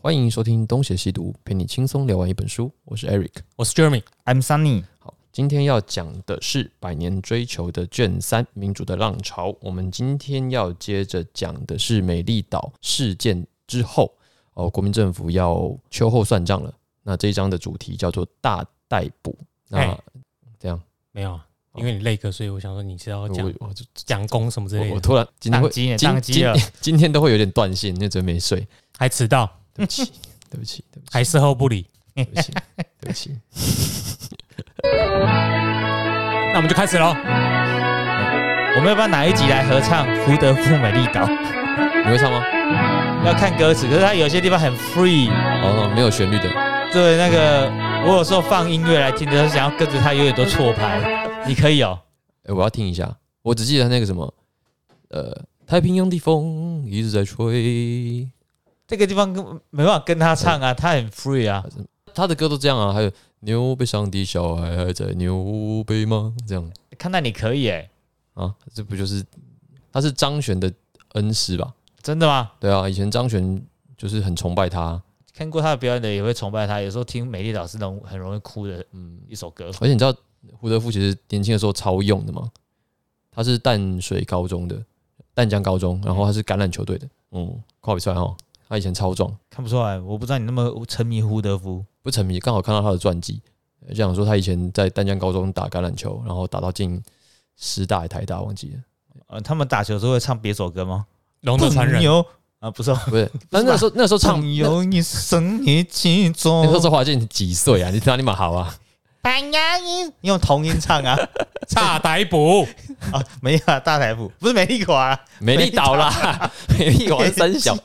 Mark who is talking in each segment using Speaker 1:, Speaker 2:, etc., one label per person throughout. Speaker 1: 欢迎收听《东邪西毒》，陪你轻松聊完一本书。我是 Eric。
Speaker 2: 我是 Jeremy。
Speaker 3: I'm Sunny，
Speaker 1: 好，今天要讲的是《百年追求》的卷三《民主的浪潮》。我们今天要接着讲的是美丽岛事件之后，哦，国民政府要秋后算账了。那这一章的主题叫做“大逮捕”。那
Speaker 2: 哎
Speaker 1: 这样，
Speaker 2: 没有啊，因为你累哥，所以我想说你是要
Speaker 1: 我
Speaker 2: 讲
Speaker 1: 我就
Speaker 2: 讲功什么之
Speaker 1: 我
Speaker 2: 类
Speaker 1: 我
Speaker 2: 的，
Speaker 1: 突然今天
Speaker 3: 宕
Speaker 1: 会
Speaker 3: 机呢，
Speaker 1: 今
Speaker 3: 宕机了。
Speaker 1: 今天都会有点断线，因为昨天没睡。
Speaker 2: 还迟到，
Speaker 1: 对不起，对不起，对不起，
Speaker 2: 还事后不理。
Speaker 1: 对不起，对不起。
Speaker 2: 那我们就开始喽。
Speaker 3: 我们要不要哪一集来合唱《胡德夫美丽岛》？
Speaker 1: 你会唱吗？
Speaker 3: 要看歌词，可是它有些地方很 free，
Speaker 1: 哦，没有旋律的。
Speaker 3: 对那个我有时候放音乐来听的时候，想要跟着它有点多错拍。你可以哦，
Speaker 1: 哎、我要听一下。我只记得那个什么，呃，太平洋的风一直在吹，
Speaker 3: 这个地方跟没办法跟他唱啊，他很 free 啊。
Speaker 1: 他的歌都这样啊。还有牛背上的小孩还在牛背吗？这样
Speaker 3: 看到你可以哎、
Speaker 1: 啊，这不就是他是张悬的恩师吧？
Speaker 3: 真的吗？
Speaker 1: 对啊，以前张悬就是很崇拜他，
Speaker 3: 看过他的表演的也会崇拜他，有时候听《美丽岛》是那种很容易哭的
Speaker 1: 嗯，
Speaker 3: 一首歌。
Speaker 1: 而且你知道胡德夫其实年轻的时候超用的嘛，他是淡水高中的，淡江高中，然后他是橄榄球队的，嗯，跨比赛哈，他以前超壮，
Speaker 3: 看不出来，我不知道你那么沉迷胡德夫。
Speaker 1: 不沉迷，刚好看到他的传记，呃就想说他以前在淡江高中打橄榄球，然后打到进师大还台大忘记了，
Speaker 3: 呃，他们打球的时候会唱别首歌吗？
Speaker 2: 龙的传
Speaker 3: 朋
Speaker 2: 人，
Speaker 3: 友啊， 不是、哦，
Speaker 1: 不是，但那时候那时候唱
Speaker 3: 朋
Speaker 1: 那
Speaker 3: 友一生一起走
Speaker 1: 那。时候周华健几岁啊？你 哪里嘛好啊？
Speaker 3: 朋友一用童音唱啊
Speaker 2: 差逮捕，
Speaker 3: 啊，没有啊，大台谱不是美丽华、啊，
Speaker 1: 美丽岛啦， 美丽岛啊三小。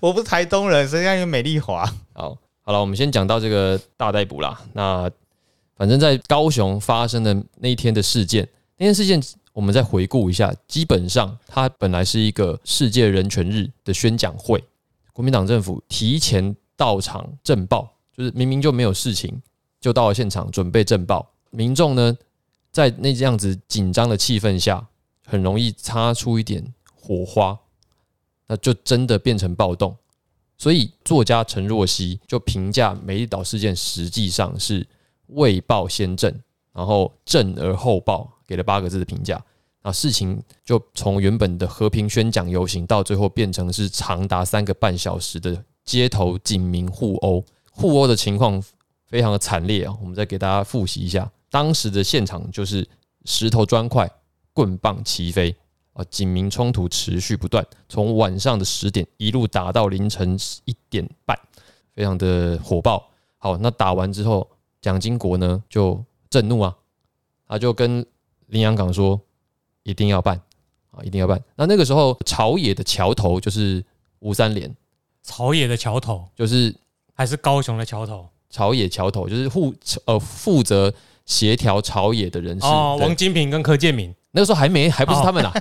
Speaker 3: 我不是台东人，谁让有美丽华？
Speaker 1: 好，好了，我们先讲到这个大逮捕啦。那反正，在高雄发生的那一天的事件，那天事件我们再回顾一下。基本上，它本来是一个世界人权日的宣讲会，国民党政府提前到场震爆，就是明明就没有事情，就到了现场准备震爆。民众呢，在那这样子紧张的气氛下，很容易擦出一点火花，那就真的变成暴动。所以作家陈若曦就评价美丽岛事件实际上是未报先正，然后正而后报，给了八个字的评价。那事情就从原本的和平宣讲游行，到最后变成是长达三个半小时的街头警民互殴，互殴的情况非常的惨烈啊、我们再给大家复习一下，当时的现场就是石头、砖块、棍棒齐飞啊，警民冲突持续不断，从晚上的十点一路打到凌晨一点半，非常的火爆。好，那打完之后，蒋经国呢就震怒啊，他就跟林洋港说，一定要办啊，一定要办。那那个时候，朝野的桥头就是吴三连，
Speaker 2: 朝野的桥头
Speaker 1: 就是
Speaker 2: 还是高雄的桥头？
Speaker 1: 朝野桥头，就是负呃负责协调朝野的人士。
Speaker 2: 哦，
Speaker 1: 对
Speaker 2: 王哦金平跟柯建明，
Speaker 1: 那个时候还没还不是他们 啦，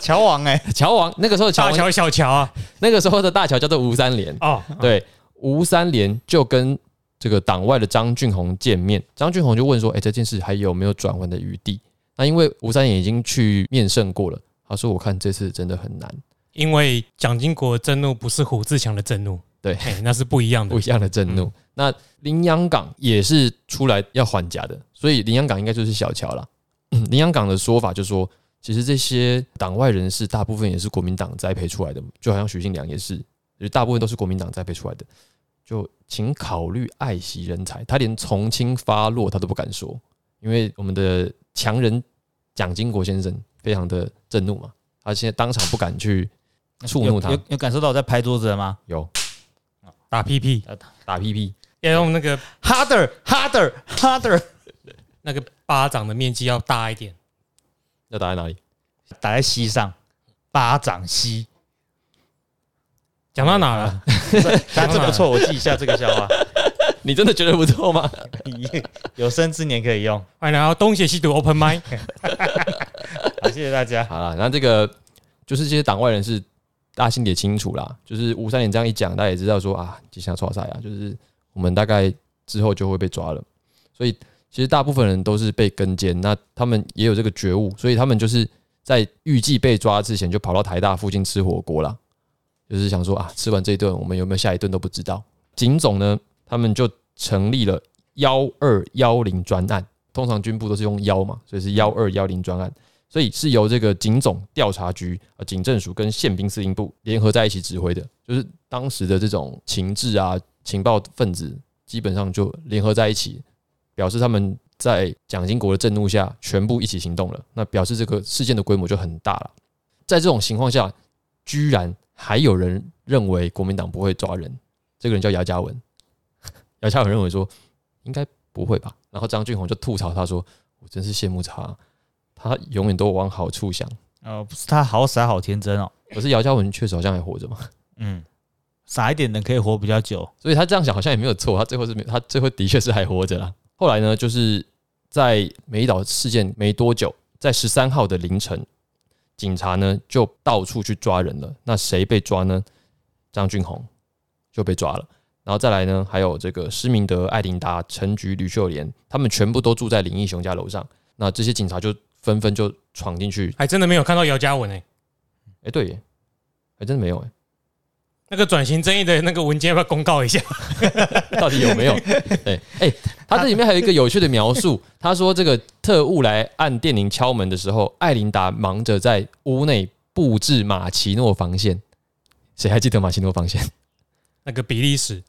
Speaker 3: 乔王哎、
Speaker 1: 乔王那个时候的乔
Speaker 2: 大
Speaker 1: 王
Speaker 2: 乔小乔 啊。
Speaker 1: 那个时候的大乔叫做吴三连，
Speaker 2: 哦，
Speaker 1: 对，吴三连就跟这个党外的张俊宏见面，张俊宏就问说：“哎、这件事还有没有转圜的余地？”那因为吴三连已经去面圣过了，他说：“我看这次真的很难，
Speaker 2: 因为蒋经国的震怒不是胡志强的震怒，
Speaker 1: 对
Speaker 2: 嘿，那是不一样 的
Speaker 1: 不一。样的震怒。那林洋港也是出来要还价的，所以林洋港应该就是小乔啦。 林洋港的说法就说，其实这些党外人士大部分也是国民党栽培出来的，就好像许信良也是，就是大部分都是国民党栽培出来的。就请考虑爱惜人才，他连从轻发落他都不敢说，因为我们的强人蒋经国先生非常的震怒嘛，他现在当场不敢去触怒他
Speaker 3: 有有有感受到我在拍桌子了吗
Speaker 1: 有
Speaker 2: 打屁屁，
Speaker 1: 打屁屁，
Speaker 2: 要用那个
Speaker 3: ？Harder, harder, harder，
Speaker 2: 那个巴掌的面积要大一点。
Speaker 1: 要打在哪里？
Speaker 3: 打在膝上，巴掌膝。
Speaker 2: 讲到 哪了？
Speaker 3: 他这不错，我记一下这个笑话，
Speaker 1: 你真的觉得不错吗？
Speaker 3: 有生之年可以用。
Speaker 2: 欢迎来到哎东邪西毒 Open Mind。
Speaker 3: 好，谢谢大家。
Speaker 1: 好啦，那这个就是这些党外人士，大家心里也清楚啦。就是吴三连这样一讲，大家也知道说啊，即将抓赛啊，就是我们大概之后就会被抓了。所以其实大部分人都是被跟监，那他们也有这个觉悟，所以他们就是在预计被抓之前就跑到台大附近吃火锅啦，就就是想说啊，吃完这一顿，我们有没有下一顿都不知道。警总呢，他们就成立了幺二幺零专案，通常军部都是用幺嘛，所以是幺二幺零专案，所以是由这个警总调查局、呃警政署跟宪兵司令部联合在一起指挥的，就是当时的这种情治啊、情报分子基本上就呃联合在一起，表示他们在蒋经国的震怒下全部一起行动了，那表示这个事件的规模就很大了。在这种情况下，居然还有人认为国民党不会抓人，这个人叫姚嘉文。 姚嘉文认为说应该不会吧，然后张俊宏就吐槽他说：“我真是羡慕他，他永远都往好处想。
Speaker 3: 哦，不是他好傻好天真哦，”
Speaker 1: 可是姚嘉文确实好像还活着嘛，
Speaker 3: 嗯，傻一点的可以活比较久，
Speaker 1: 所以他这样想好像也没有错，他最后是没有，他最后的确是还活着啦。后来呢，就是在美岛事件没多久，在十三号的凌晨，警察呢就到处去抓人了。那谁被抓呢？张俊宏就被抓了。然后再来呢，还有这个施明德、艾琳达、陈菊、吕秀莲，他们全部都住在林义雄家楼上。那这些警察就纷纷就闯进去，
Speaker 2: 还真的没有看到姚嘉文哎、
Speaker 1: 哎、对耶，还真的没有哎，
Speaker 2: 那个转型正义的那个文件要不要公告一下？
Speaker 1: 到底有没有？对，哎、他这里面还有一个有趣的描述，他说这个特务来按电铃敲门的时候，艾琳达忙着在屋内布置马奇诺防线。谁还记得马奇诺防 线？
Speaker 2: 那个比利时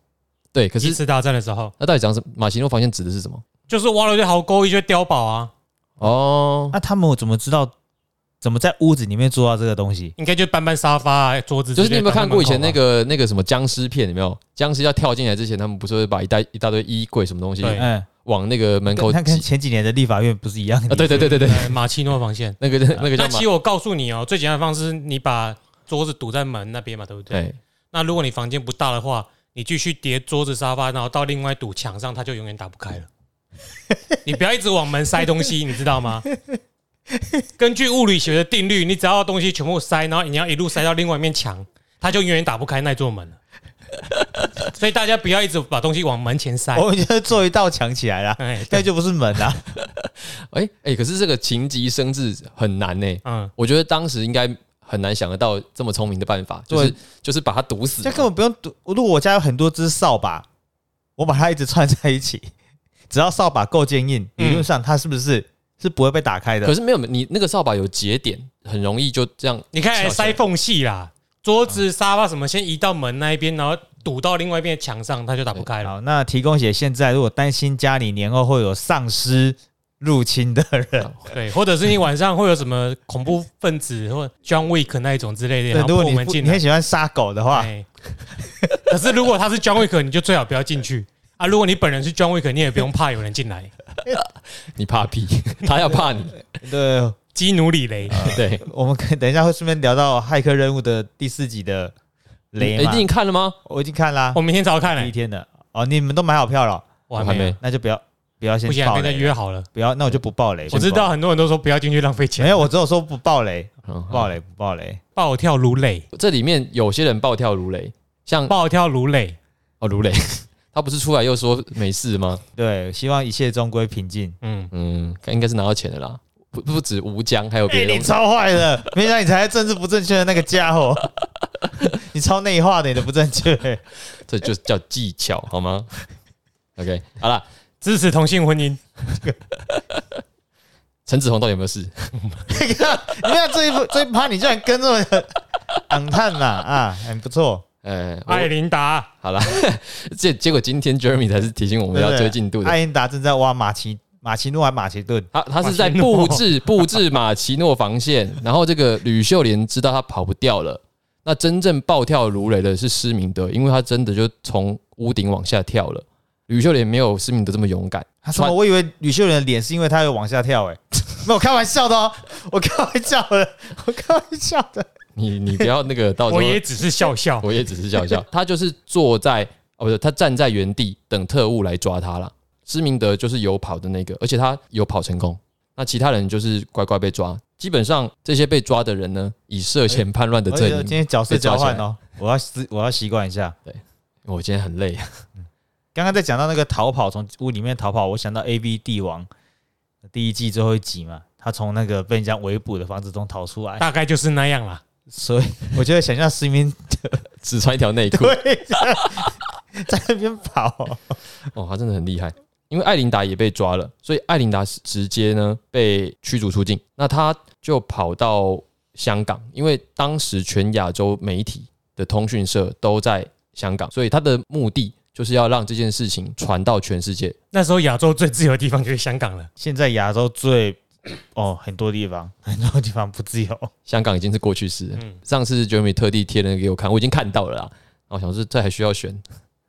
Speaker 1: 对，可
Speaker 2: 一
Speaker 1: 是
Speaker 2: 次大战的时候，
Speaker 1: 那到底讲什么？马奇诺防线指的是什么？
Speaker 2: 就是挖了一堆壕沟，一堆碉堡啊，
Speaker 1: 哦，
Speaker 3: 那他们怎么知道？怎么在屋子里面做到这个东西？
Speaker 2: 应该就搬搬沙发、啊、桌子之
Speaker 1: 就
Speaker 2: 类
Speaker 1: 是
Speaker 2: 的。
Speaker 1: 你有没有看过以前那
Speaker 2: 个？
Speaker 1: 个那个什么僵尸片？有没有僵尸要跳进来之前，他们不是会把一大一大堆衣柜什么东西
Speaker 2: 对
Speaker 3: 嗯，
Speaker 1: 往那个门口
Speaker 3: 跟他跟
Speaker 1: 挤？
Speaker 3: 前几年的立法院不是一样
Speaker 1: 啊，
Speaker 3: 的？
Speaker 1: 对对对对对，
Speaker 2: 呃马奇诺防 线。
Speaker 1: 那个那个叫
Speaker 2: 那
Speaker 1: 马
Speaker 2: 其实我告诉你哦，最简单的方式是你把桌子堵在门那边嘛，对不对？
Speaker 1: 对
Speaker 2: 那如果你房间不大的话，你继续叠桌子、沙发，然后到另外一堵墙上，它就永远打不开了。你不要一直往门塞东西，你知道吗？ 根据物理学的定律，你只要东西全部塞，然后你要一路塞到另外一面墙，它就永远打不开那座门了。所以大家不要一直把东西往门前塞。
Speaker 3: 我们就做一道墙起 来啦，
Speaker 2: 哎，
Speaker 3: 那
Speaker 2: 对，
Speaker 3: 就不是门啊 啦。
Speaker 1: 哎、哎、可是这个情急生智很难欸呢、
Speaker 2: 嗯，
Speaker 1: 我觉得当时应该很难想得到这么聪明的办法，就是就是把它堵死
Speaker 3: 这。根本不用堵。如果我家有很多只扫把，我把它一直串在一起， 只要扫把够坚硬，
Speaker 2: 嗯
Speaker 3: 理论上它是不是是不会被打开的
Speaker 1: 可？是没有你那个扫把有节点，很容易就这样。
Speaker 2: 你看
Speaker 1: 翘
Speaker 2: 还
Speaker 1: 起来
Speaker 2: 塞缝隙啦，桌子、沙发什么先移到门那一边，然后堵到另外一边的墙上，它就打不开了。
Speaker 3: 好，那提供写现在如果担心家里年后会有丧尸入侵的人，
Speaker 2: 对，或者是你晚上会有什么恐怖分子或 John Wick 那一种之类的，
Speaker 3: 对
Speaker 2: 然，后
Speaker 3: 如
Speaker 2: 破
Speaker 3: 果你
Speaker 2: 门
Speaker 3: 不
Speaker 2: 进
Speaker 3: 你很
Speaker 2: 来。
Speaker 3: 喜欢杀狗的话，
Speaker 2: 哎可是如果他是 John Wick，你就最好不要进去啊！如果你本人是 John Wick，你也不用怕有人进来。
Speaker 1: 你怕屁， 他要怕你。
Speaker 3: 对，
Speaker 2: 基努里雷，
Speaker 3: 啊
Speaker 1: 对，
Speaker 3: 我们可以等一下会顺便聊到《骇客任务》的第四集的雷
Speaker 1: 哎
Speaker 3: 嘛
Speaker 1: 你已，经看了吗？
Speaker 3: 我已经看啦
Speaker 2: 我，明天早上看
Speaker 3: 第一
Speaker 2: 嘞，
Speaker 3: 天的哦，你们都买好票了，
Speaker 1: 我
Speaker 2: 我还
Speaker 1: 还
Speaker 2: 没
Speaker 1: 没
Speaker 2: 有，
Speaker 3: 那就不要不要先
Speaker 2: 不行，啊
Speaker 3: 爆
Speaker 2: 跟他
Speaker 3: 雷，
Speaker 2: 约好了。
Speaker 3: 不要，那我就不爆雷，
Speaker 2: 我知道很多人都说不要进去浪费
Speaker 3: 没
Speaker 2: 钱，
Speaker 3: 有，我只有说不爆雷，
Speaker 1: 嗯
Speaker 3: 不
Speaker 1: 好
Speaker 3: 爆雷，不爆雷。
Speaker 2: 暴跳如雷，
Speaker 1: 这里面有些人暴跳如雷，像
Speaker 2: 暴跳如雷。
Speaker 1: 哦如雷， 他不是出来又说没事吗？
Speaker 3: 对，希望一切终归平静。
Speaker 2: 嗯，
Speaker 1: 嗯，应该是拿到钱的啦。不不止吴江，还有
Speaker 3: 哎、
Speaker 1: 别的
Speaker 3: 你
Speaker 1: 东西。
Speaker 3: 超坏的，没想到你才是政治不正确的那个家伙， 你超内化的，你的不正确、
Speaker 1: 这就叫技巧好吗？OK，好了，
Speaker 2: 支持同性婚姻，
Speaker 1: 陈子红到底有没有事？
Speaker 3: 你看，你看这一部这一趴，你居然跟着我昂探嘛啊，很不错。
Speaker 1: 呃，我
Speaker 2: 艾琳达，
Speaker 1: 好啦， 结结果今天 Jeremy 才是提醒我们要追进度的。
Speaker 3: 艾因达正在挖马奇马奇诺还马其顿，
Speaker 1: 他他是在布置 布置马奇诺防线，然后这个吕秀莲知道他跑不掉了。那真正暴跳如雷的是施明德，因为他真的就从屋顶往下跳了。吕秀莲没有施明德这么勇敢，
Speaker 3: 他说我以为吕秀莲的脸是因为他有往下跳、欸，哎，没有我开玩笑的哦，我开玩笑的，我开玩笑的。
Speaker 1: 你你不要那个到时候
Speaker 2: 我也只是笑笑。
Speaker 1: 我也只是笑笑。他就是坐在哦，不是，他站在原地等特务来抓他啦。施明德就是有跑的那个，而且他有跑成功。那其他人就是乖乖被抓。基本上这些被抓的人呢，以涉嫌叛乱的
Speaker 3: 我
Speaker 1: 罪
Speaker 3: 觉得
Speaker 1: 名
Speaker 3: 哎今天角色
Speaker 1: 被抓
Speaker 3: 交换
Speaker 1: 起来
Speaker 3: 哦，我要思我要习惯一下。
Speaker 1: 我今天很累 啊，
Speaker 3: 刚刚在讲到那个逃跑，从屋里面逃跑，我想到 A V 帝王第一季最后一集嘛，他从那个被人家围捕的房子中逃出 来，
Speaker 2: 大概就是那样啦。
Speaker 3: 所以我觉得想象市民
Speaker 1: 只穿一条内裤，
Speaker 3: 对在那边跑，
Speaker 1: 哦，他真的很厉害。因为艾琳达也被抓了，所以艾琳达是直接呢被驱逐出境。那他就跑到香港，因为当时全亚洲媒体的通讯社都在香港，所以他的目的就是要让这件事情传到全世界。
Speaker 2: 那时候亚洲最自由的地方就是香港了，
Speaker 3: 现在亚洲最哦很多地方很多地方不自由，哦
Speaker 1: 香港已经是过去式了。
Speaker 2: 嗯
Speaker 1: 上次 Jeremy 特地贴了给我看，我已经看到了啦。然后我想说，这还需要选，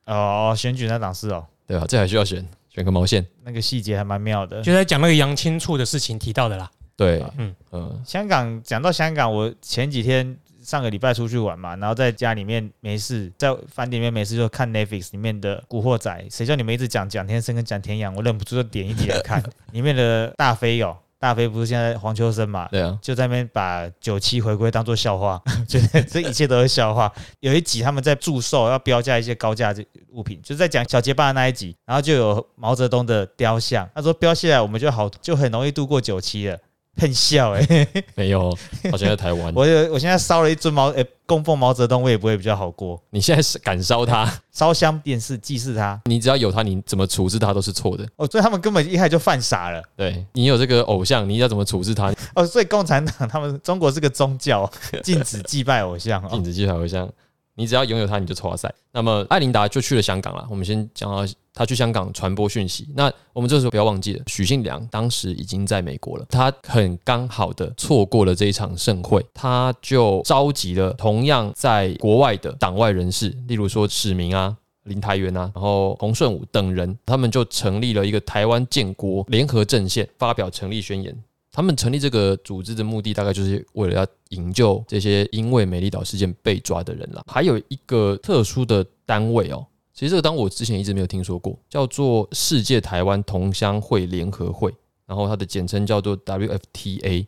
Speaker 3: 哦，选举那档事哦，
Speaker 1: 对吧、这还需要选，选个毛线。
Speaker 3: 那个细节还蛮妙的。
Speaker 2: 就在讲那个杨青处的事情提到的啦。
Speaker 1: 对，嗯
Speaker 2: 嗯
Speaker 1: 嗯，
Speaker 3: 香港讲到香港，我前几天上个礼拜出去玩嘛，然后在家里面没事，在饭店里面没事就看 Netflix 里面的《古惑仔》，谁叫你们一直讲蒋天生跟蒋天阳，我忍不住就点一点来看。里面的大飞哦，大飞不是现在黄秋生嘛，
Speaker 1: 对啊，
Speaker 3: 就在那边把九七回归当做笑话， 觉得这一切都是笑话。有一集他们在祝寿要标价一些高价物品，就是在讲小结巴的那一集，然后就有毛泽东的雕像，他说标下来我们就好，就很容易度过九七了。很笑哎、
Speaker 1: 没有，好像在台 湾。
Speaker 3: 我有我现在烧了一尊毛，哎、供奉毛泽东，我也不会比较好过。
Speaker 1: 你现在是敢烧他，
Speaker 3: 烧香电视祭祀他，
Speaker 1: 你只要有他，你怎么处置他都是错的。
Speaker 3: 哦，所以他们根本一开始就犯傻了。
Speaker 1: 对你有这个偶像，你要怎么处置他？
Speaker 3: 哦，所以共产党他们中国是个宗教，禁止祭拜偶像
Speaker 1: 禁
Speaker 3: 哦。
Speaker 1: 止击败偶像，你只要拥有他，你就抽到赛。那么艾琳达就去了香港了。我们先讲到他去香港传播讯息。那我们这时候不要忘记了，许信良当时已经在美国了，他很刚好的错过了这一场盛会，他就召集了同样在国外的党外人士，例如说史明啊。林台源啊，然后洪顺武等人，他们就成立了一个台湾建国联合阵线，发表成立宣言。他们成立这个组织的目的，大概就是为了要营救这些因为美丽岛事件被抓的人啦。还有一个特殊的单位哦，其实这个单位我之前一直没有听说过，叫做世界台湾同乡会联合会，然后它的简称叫做 WFTA，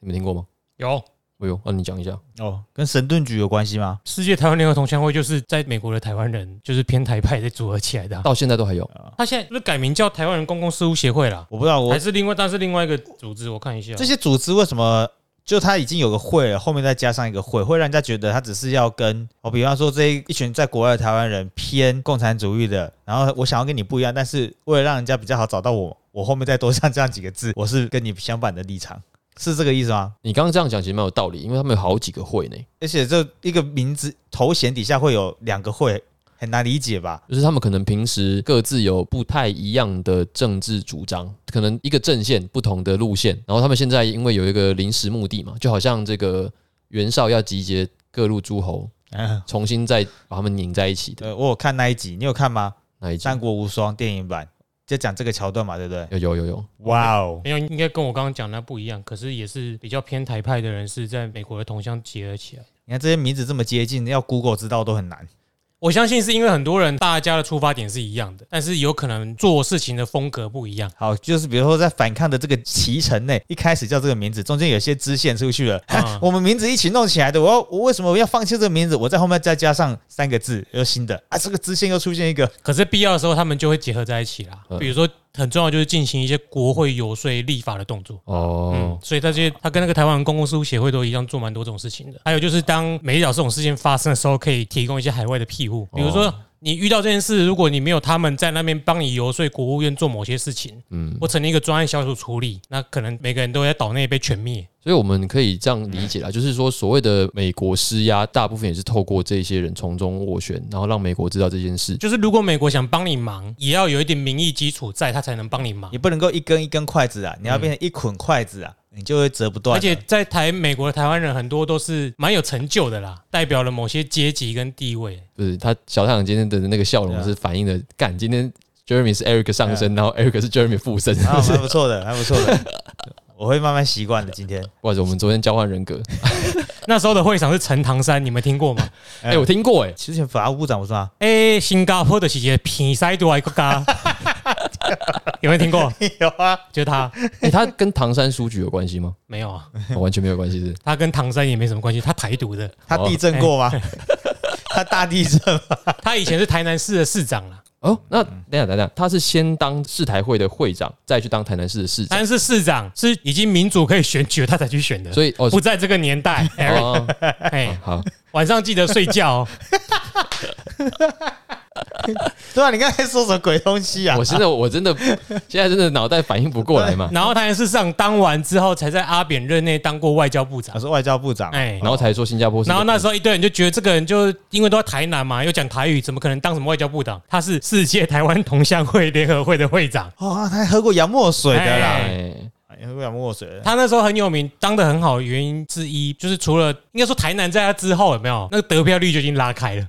Speaker 1: 你们听过吗？
Speaker 2: 有
Speaker 1: 哎呦，那、你讲一下。
Speaker 3: 哦，跟神盾局有关系吗？
Speaker 2: 世界台湾联合同乡会，就是在美国的台湾人，就是偏台派在组合起来的啊、
Speaker 1: 到现在都还有，
Speaker 2: 他现在是不是改名叫台湾人公共事务协会啦，
Speaker 3: 我不知道，我
Speaker 2: 还是另外，但是另外一个组织，我看一下啊
Speaker 3: 这。些组织为什么就他已经有个会了，后面再加上一个会，会让人家觉得他只是要跟哦，比方说这一群在国外的台湾人偏共产主义的，然后我想要跟你不一样，但是为了让人家比较好找到我，我后面再多上这样几个字， 我是跟你相反的立场，是这个意思吗？
Speaker 1: 你刚刚这样讲其实蛮有道理，因为他们有好几个会呢，
Speaker 3: 而且哎这一个名字头衔底下会有两个会，很难理解吧？
Speaker 1: 就是他们可能平时各自有不太一样的政治主张，可能一个阵线不同的路线，然后他们现在因为有一个临时目的嘛，就好像这个袁绍要集结各路诸侯，
Speaker 3: 嗯，
Speaker 1: 重新再把他们拧在一起的
Speaker 3: 对呃我有看那一集，你有看吗？
Speaker 1: 那一
Speaker 3: 《
Speaker 1: 集。
Speaker 3: 三国无双》电影版就讲这个桥段嘛，对不对？
Speaker 1: 有有有有，
Speaker 3: 哇哦，
Speaker 2: 没有，应该跟我刚刚讲的不一样，可是也是比较偏台派的人是在美国的同乡结合起来。
Speaker 3: 你看这些名字这么接近，要 Google 知道都很难。
Speaker 2: 我相信是因为很多人大家的出发点是一样的，但是有可能做事情的风格不一样。
Speaker 3: 好，就是比如说在反抗的这个骑程内，一开始叫这个名字，中间有些支线出去了，
Speaker 2: 嗯
Speaker 3: 我们名字一起弄起来的。我要我为什么要放弃这个名字？我在后面再加上三个字，又新的啊，这个支线又出现一个。
Speaker 2: 可是必要的时候，他们就会结合在一起啦
Speaker 1: 嗯。
Speaker 2: 比如说，很重要就是进行一些国会游说立法的动作。嗯
Speaker 1: 哦，，
Speaker 2: 所以他这些，他跟那个台湾公共事务协会都一样，做蛮多这种事情的。还有就是，当美岛这种事件发生的时候，可以提供一些海外的庇护，比如说。你遇到这件事，如果你没有他们在那边帮你游说国务院做某些事情，
Speaker 1: 嗯，
Speaker 2: 或成立一个专案小组处理，那可能每个人都会在岛内被全灭。
Speaker 1: 所以我们可以这样理解啦，就是说所谓的美国施压，大部分也是透过这些人从中斡旋，然后让美国知道这件事。
Speaker 2: 就是如果美国想帮你忙，也要有一点民意基础在，他才能帮你忙
Speaker 3: 你。不能够一根一根筷子啊，你要变成一捆筷子啊，你就会折不断。
Speaker 2: 而且在台美国的台湾人很多都是蛮有成就的啦，代表了某些阶级跟地位。
Speaker 1: 就是他小太阳今天的那个笑容是反映了，干、今天 Jeremy 是 Eric 上身，然后 Eric 是 Jeremy 附身，
Speaker 3: 啊，蛮不错的，蛮不错的， 我会慢慢习惯的。今天
Speaker 1: 或者我们昨天交换人格。
Speaker 2: 那时候的会长是陈唐山，你们听过吗？
Speaker 1: 哎、我听过哎、
Speaker 3: 之前法务部长不是吗？
Speaker 2: 哎、新加坡的是一个偏塞啊多一个 家，有没有听过？
Speaker 3: 有啊，
Speaker 2: 就是他
Speaker 1: 哎、他跟唐山书局有关系吗？
Speaker 2: 没有啊，
Speaker 1: 哦完全没有关系是不是
Speaker 2: 他跟唐山也没什么关系，他台独的，
Speaker 3: 他地震过吗？他大地震吗，
Speaker 2: 他以前是台南市的市长啦。啊
Speaker 1: 哦，那
Speaker 2: 嗯
Speaker 1: 等一下等一下，他是先当市台会的会长，再去当台南市的市长，
Speaker 2: 但是市长是已经民主可以选举了，他才去选的，
Speaker 1: 所以哦，
Speaker 2: 哎不在这个 年代。Eric，
Speaker 1: 哦
Speaker 2: 哎，
Speaker 1: 好，
Speaker 2: 晚上记得睡觉哦。
Speaker 3: 对啊，你刚才说什么鬼东西啊
Speaker 1: 我？现在我真的现在真的脑袋反应不过来嘛，
Speaker 2: 然后台南市长当完之后，才在阿扁任内当过外交 部
Speaker 3: 他
Speaker 2: 长。
Speaker 3: 是外交部长，
Speaker 2: 哎，
Speaker 1: 然后才说新加坡是个，
Speaker 2: 然后那时候一堆人就觉得这个人就因为都在台南嘛，又讲台语，怎么可能当什么外交部长？他是世界台湾同乡会联合会的会长，
Speaker 3: 哦，他还喝过洋墨水的啦，
Speaker 1: 哎，
Speaker 3: 哎喝过洋墨水的。
Speaker 2: 他那时候很有名，当的很好，原因之一就是除了应该说台南在他之后有没有那个得票率就已经拉开了，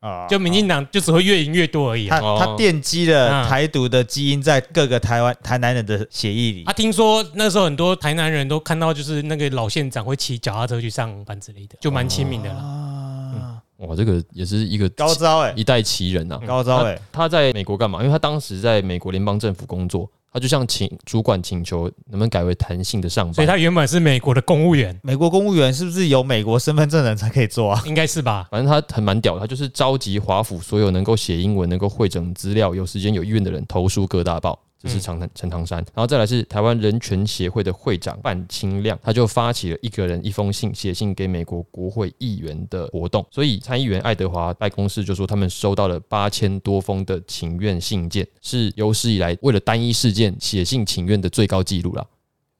Speaker 3: 啊
Speaker 2: 就民进党就只会越赢越多而已啊。
Speaker 3: 他他
Speaker 1: 哦
Speaker 3: 奠基了台独的基因在各个台湾台南人的血液里
Speaker 2: 啊，。听说那时候很多台南人都看到，就是那个老县长会骑脚踏车去上班之类的，就蛮亲民的啦。
Speaker 3: 啊，
Speaker 1: 哇，这个也是一个
Speaker 3: 高招哎，
Speaker 1: 一代奇人
Speaker 2: 嗯
Speaker 1: 呐。
Speaker 3: 高招哎，
Speaker 1: 他在美国干嘛？因为他当时在美国联邦政府工作，他就向请主管请求能不能改为弹性的上
Speaker 2: 所以
Speaker 1: 班。
Speaker 2: 他原本是美国的公务员，
Speaker 3: 美国公务员是不是有美国身份证的人才可以做啊？
Speaker 2: 应该是吧？
Speaker 1: 反正他很蛮屌的，他就是召集华府所有能够写英文、能够会诊资料、有时间有意愿的人投书各大报。这是长滩陈唐山，然后再来是台湾人权协会的会长范清亮，他就发起了一个人一封信，写信给美国国会议员的活动。所以参议员爱德华办公室就说，他们收到了八千多封的请愿信件，是有史以来为了单一事件写信请愿的最高纪录啦。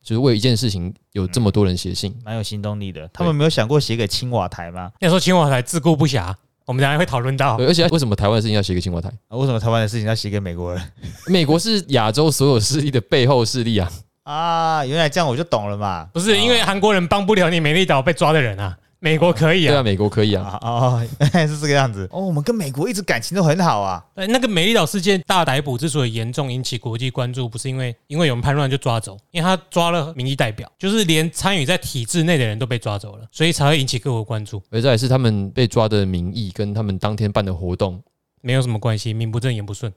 Speaker 1: 就是为一件事情有这么多人写信，
Speaker 3: 蛮有行动力的。他们没有想过写给青瓦台吗？
Speaker 2: 那时候青瓦台自顾不暇，我们等一下会讨论到
Speaker 1: 对，而且为什么台湾的事情要写给青瓦台？
Speaker 3: 啊为什么台湾的事情要写给美国人
Speaker 1: 美国是亚洲所有势力的背后势力啊！
Speaker 3: 啊？原来这样我就懂了嘛。
Speaker 2: 不是因为韩国人帮不了你美丽岛被抓的人啊，美国可以
Speaker 1: 对啊，
Speaker 2: 啊。
Speaker 1: 美国可以啊。
Speaker 3: 啊哦， 原来是这个样子哦。我们跟美国一直感情都很好啊。
Speaker 2: 呃那个美丽岛事件大逮捕之所以严重引起国际关注，不是因为因为有人叛乱就抓走，因为他抓了民意代表，就是连参与在体制内的人都被抓走了，所以才会引起各国关注。
Speaker 1: 而再来是他们被抓的名义跟他们当天办的活动，
Speaker 2: 没有什么关系，名不正言不顺。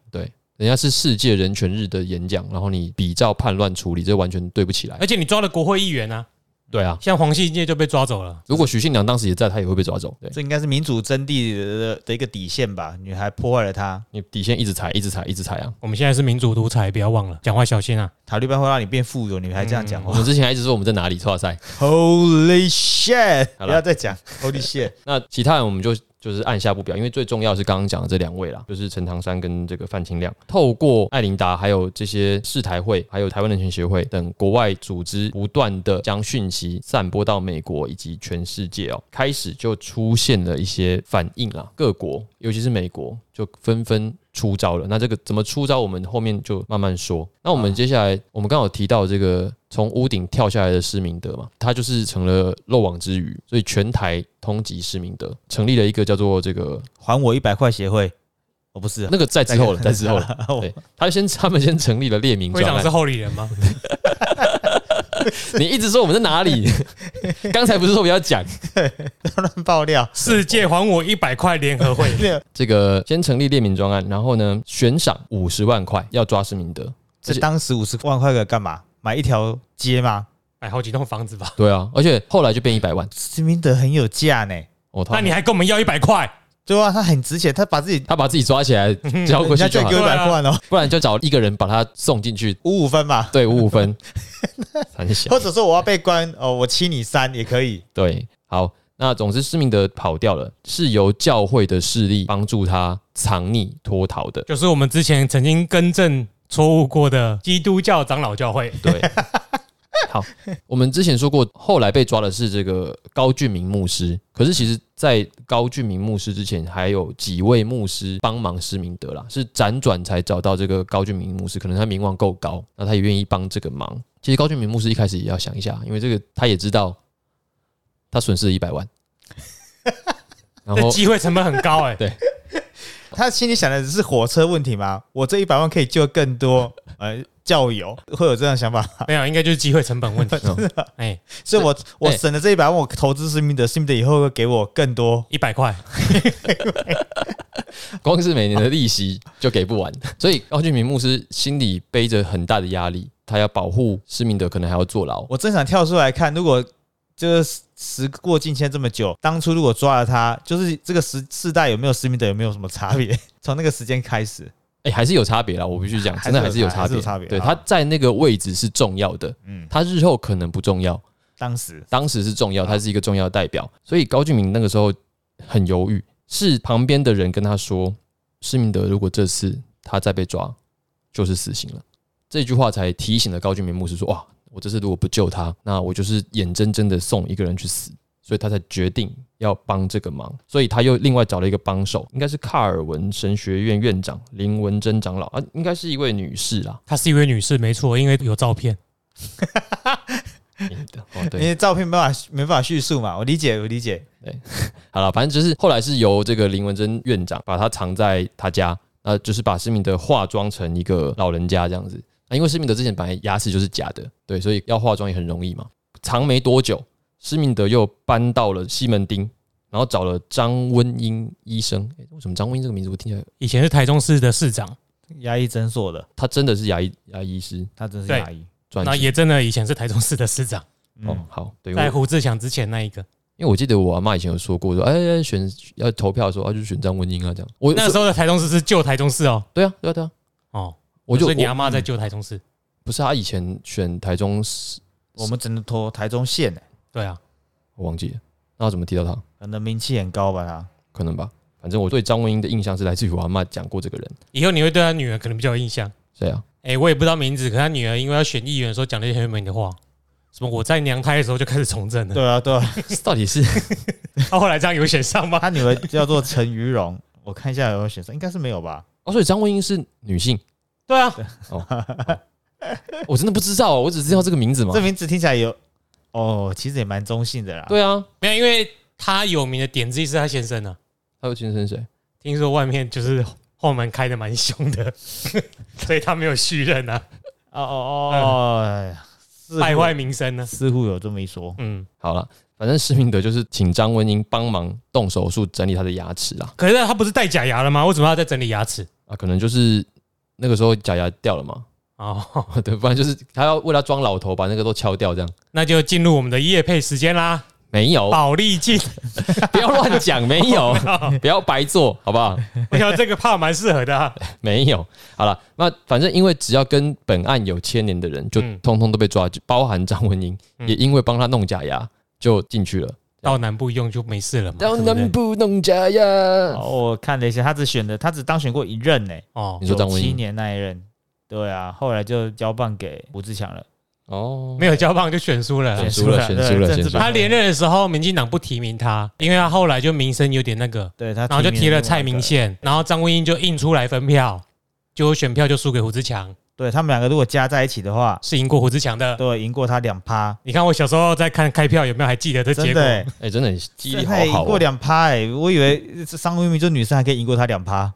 Speaker 1: 人家是世界人权日的演讲，然后你比照叛乱处理，这完全对不起来
Speaker 2: 而。且你抓了国会议员啊，
Speaker 1: 对啊，
Speaker 2: 像黄信介就被抓走了。
Speaker 1: 如果许信良当时也在，他也会被抓走。对
Speaker 3: 这应该是民主真谛的的一个底线吧？女孩破坏了它，
Speaker 1: 你底线一直踩，一直踩，一直踩啊！
Speaker 2: 我们现在是民主独裁，不要忘了讲话小心啊！
Speaker 3: 塔利班会让你变富有，你还这样讲
Speaker 1: 我
Speaker 3: 话、
Speaker 1: 们之前还一直说我们在哪里错赛，
Speaker 3: Holy shit！
Speaker 1: 好
Speaker 3: 不
Speaker 1: 啦
Speaker 3: 要再讲 Holy shit！
Speaker 1: 那其他人我们就就是按下不表，因为最重要是刚刚讲的这两位啦，就是陈唐山跟这个范清亮，透过艾琳达还有这些世台会，还有台湾人权协会等国外组织，不断的将讯息散播到美国以及全世界哦，开始就出现了一些反应啦，各国尤其是美国就纷纷。出招了，那这个怎么出招？我们后面就慢慢说。那我们接下来，我们刚好提到这个从屋顶跳下来的施明德嘛，他就是成了漏网之鱼，所以全台通缉施明德，成立了一个叫做这个
Speaker 3: 还我一百块协会，哦不是啊，
Speaker 1: 那个在之后了， 在之后了，对，他先他们先成立了列名
Speaker 2: 会
Speaker 1: 专
Speaker 2: 长是啊
Speaker 1: 案。
Speaker 2: 后里人吗？
Speaker 1: 你一直说我们在哪 里？刚才不是说不要讲
Speaker 3: 乱爆料。
Speaker 2: 世界还我一百块联合会，
Speaker 1: 这个，先成立列名专案，然后呢，悬赏五十万块要抓施明德。
Speaker 3: 这当时五十万块给干嘛？买一条街吗？
Speaker 2: 买好几栋房子吧？
Speaker 1: 对啊，而且后来就变一百万。
Speaker 3: 斯明德很有价呢，
Speaker 1: 哦，他
Speaker 2: 那你还跟我们要一百块？
Speaker 3: 对啊，他很值钱，他把自己
Speaker 1: 他把自己抓起 来交过
Speaker 3: 人
Speaker 1: 去
Speaker 3: 家
Speaker 1: 就
Speaker 3: 就
Speaker 1: 好
Speaker 3: 给
Speaker 1: 了，
Speaker 3: 我一百块哦，
Speaker 1: 不然就找一个人把他送进去，
Speaker 3: 五五分嘛，
Speaker 1: 对，五五分，很小。
Speaker 3: 或者说我要被关哦，我七你三也可以。
Speaker 1: 对，好，那总之施明德跑掉了，是由教会的势力帮助他藏匿脱逃的。
Speaker 2: 就是我们之前曾经更正错误过的基督教长老教会，
Speaker 1: 对，好，我们之前说过，后来被抓的是这个高俊明牧师，可是其实，在高俊明牧师之前，还有几位牧师帮忙施明德啦，是辗转才找到这个高俊明牧师，可能他名望够高，那他也愿意帮这个忙。其实高俊明牧师一开始也要想一下，因为这个他也知道他损失了一百万，然
Speaker 2: 这
Speaker 1: 后
Speaker 2: 机会成本很高哎、
Speaker 3: 他心里想的只是火车问题吗？我这一百万可以救更多呃教友，会有这样想法吗？
Speaker 2: 没有，应该就是机会成本问 题。
Speaker 1: 啊
Speaker 2: 哎、
Speaker 3: 所以我我
Speaker 1: 哎
Speaker 3: 省了这一百万，我投资斯明德，斯明德以后会给我更多。
Speaker 2: 一百块，
Speaker 1: 光是每年的利息就给不完，所以高俊明牧师心里背着很大的压力，他要保护施明德，可能还要坐牢。
Speaker 3: 我正想跳出来看，如果就是时过境迁这么久，当初 如果抓了他，就是这个时世代有没有斯明德有没有什么差别？从那个时间开始，
Speaker 1: 哎、还是有差别啦，我必须讲，
Speaker 3: 还是
Speaker 1: 真的还是有
Speaker 3: 有
Speaker 1: 差
Speaker 3: 还是
Speaker 1: 别。
Speaker 3: 有差别啊
Speaker 1: 对，
Speaker 3: 好
Speaker 1: 他在那个位置是重要的，
Speaker 3: 嗯，
Speaker 1: 他日后可能不重要，
Speaker 3: 当时
Speaker 1: 当时是重要，他是一个重要的代表，所以高俊明那个时候很犹豫，是旁边的人跟他说，施明德如果这次他再被抓，就是死刑了。这句话才提醒了高俊明牧师说，哇，我这次如果不救他，那我就是眼睁睁的送一个人去死。所以他才决定要帮这个忙，所以他又另外找了一个帮手，应该是卡尔文神学院院长林文珍长老啊，应该是一位女士 啦。
Speaker 2: 她是一位女士，没错，因为有照片。
Speaker 1: 哦，
Speaker 3: 因
Speaker 1: 对，
Speaker 3: 为照片没办法没办法叙述嘛，我理解我理解，
Speaker 1: 好了，反正就是后来是由这个林文珍院长把他藏在他家，那就是把施明德化妆成一个老人家这样子。那因为施明德之前本来牙齿就是假的，对，所以要化妆也很容易嘛。藏没多久，施明德又搬到了西门町，然后找了张温英医生。诶为什么张温英这个名字我听起来，
Speaker 2: 以前是台中市的市长，
Speaker 3: 牙医诊所的，
Speaker 1: 他真的是牙医牙医师
Speaker 3: 他真是
Speaker 2: 对
Speaker 3: 牙医，
Speaker 1: 专
Speaker 2: 那
Speaker 1: 职？
Speaker 2: 也真的以前是台中市的市长，
Speaker 1: 哦
Speaker 3: 嗯，，
Speaker 1: 好，对，我
Speaker 2: 在胡志强之前那一个，
Speaker 1: 因为我记得我阿妈以前有说过，说哎、哎选要投票的时候，啊、就选张温英啊这样。我
Speaker 2: 那时候的台中市是旧台中市哦，
Speaker 1: 对啊对啊对啊，
Speaker 2: 哦，
Speaker 1: 我就
Speaker 2: 所以你
Speaker 1: 我嗯
Speaker 2: 阿妈在旧台中市，
Speaker 1: 不是他以前选台中市，
Speaker 3: 我们只能拖台中县欸
Speaker 2: 对啊，
Speaker 1: 我忘记了。那我怎么提到他？
Speaker 3: 可能名气很高吧他。
Speaker 1: 可能吧。反正我对张文英的印象是来自于我阿妈讲过这个人。
Speaker 2: 以后你会对他女儿可能比较有印象。
Speaker 1: 谁啊？
Speaker 2: 哎，我也不知道名字，可他女儿因为要选议员的时候讲了一些很有名的话，什么我在娘胎的时候就开始从政了，
Speaker 3: 对啊，对啊，
Speaker 1: 到底是
Speaker 2: 他后来这样有选上吗？
Speaker 3: 他女儿叫做陈于蓉，我看一下有没有选上，应该是没有吧？
Speaker 1: 哦？所以张文英是女性？
Speaker 2: 对啊，
Speaker 1: 我真的不知道、哦，我只知道这个名字嘛
Speaker 3: 这。名字听起来有，哦，其实也蛮中性的啦。，
Speaker 1: 对啊，
Speaker 2: 没有，因为他有名的点之一是他先生啊，
Speaker 1: 他又亲生谁？
Speaker 2: 听说外面就是后门开的蛮 凶的，所以他没有续任啊，
Speaker 3: 哦哦哦，哎呀似乎
Speaker 2: 嗯败坏名声呢。
Speaker 3: 似乎有这么一说。
Speaker 2: 嗯，
Speaker 1: 好了，反正施明德就是请张文英帮忙动手术整理他的牙齿啦。
Speaker 2: 可是他不是戴假牙了吗？为什么要再整理牙齿？
Speaker 1: 啊，可能就是那个时候假牙掉了嘛，
Speaker 2: 哦，
Speaker 1: 对，不然就是他要为了装老头把那个都敲掉这样。
Speaker 2: 那就进入我们的夜配时间啦。
Speaker 1: 没有，
Speaker 2: 宝丽 镜，
Speaker 1: 不要乱讲，没有，不要白做，好不好？
Speaker 2: 我想哎这个怕蛮适合 的、啊。
Speaker 1: 没有，好了，那反正因为只要跟本案有牵连的人，就
Speaker 2: 嗯
Speaker 1: 通通都被抓，就包含张文英，
Speaker 2: 嗯
Speaker 1: 也因为帮他弄假牙就进去了。
Speaker 2: 到南部用就没事了嘛。
Speaker 1: 到南部弄假牙，
Speaker 2: 嗯
Speaker 3: 哦，我看了一下，他只选的，他只当选过一任呢、
Speaker 2: 哦
Speaker 1: 你，说张文
Speaker 3: 七
Speaker 1: 英
Speaker 3: 年那一任。对啊，后来就交棒给胡志强了，
Speaker 1: 哦，
Speaker 2: 没有交棒就选输了
Speaker 1: 选
Speaker 2: 啦。
Speaker 1: 输了选输了
Speaker 3: 对政治
Speaker 1: 选输了
Speaker 3: 版
Speaker 2: 他连任的时候，民进党不提名他，因为他后来就名声有点那个，
Speaker 3: 对他，
Speaker 2: 然后就提了蔡明，宪，然后张文英就硬出来分票，结果选票就输给胡志强，
Speaker 3: 对他们两个如果加在一起的话，
Speaker 2: 是赢过胡志强的。
Speaker 3: 对，赢过他两趴，
Speaker 2: 你看我小时候在看开票有没有还记得这结
Speaker 3: 真
Speaker 2: 果
Speaker 3: 的、？欸，
Speaker 1: 哎、真的记忆力
Speaker 3: 真
Speaker 1: 好
Speaker 3: 的赢
Speaker 1: 好、
Speaker 3: 过
Speaker 1: 哦。
Speaker 3: 两趴哎，我以为这商务名就女生还可以赢过他 两趴，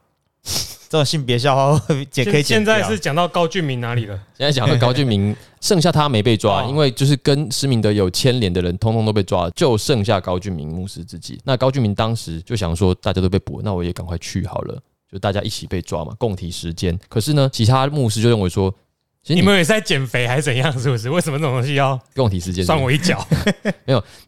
Speaker 3: 这种性别笑话会解
Speaker 2: 现
Speaker 3: 可以剪
Speaker 2: 现
Speaker 3: 掉
Speaker 2: 在是讲到高俊明哪里了？
Speaker 1: 现在讲到高俊 明，剩下他没被抓，
Speaker 2: 哦
Speaker 1: 因为就是跟施明德有牵连的人，通通都被抓了，就剩下高俊明牧师自己。那高俊明当时就想说，大家都被捕，那我也赶快去好了，就大家一起被抓嘛，共体时间。可是呢，其他牧师就认为说，其实
Speaker 2: 你
Speaker 1: 你
Speaker 2: 们也是在减肥还是怎样？是不是？为什么这种东西要
Speaker 1: 共体时间是
Speaker 2: 算我一脚？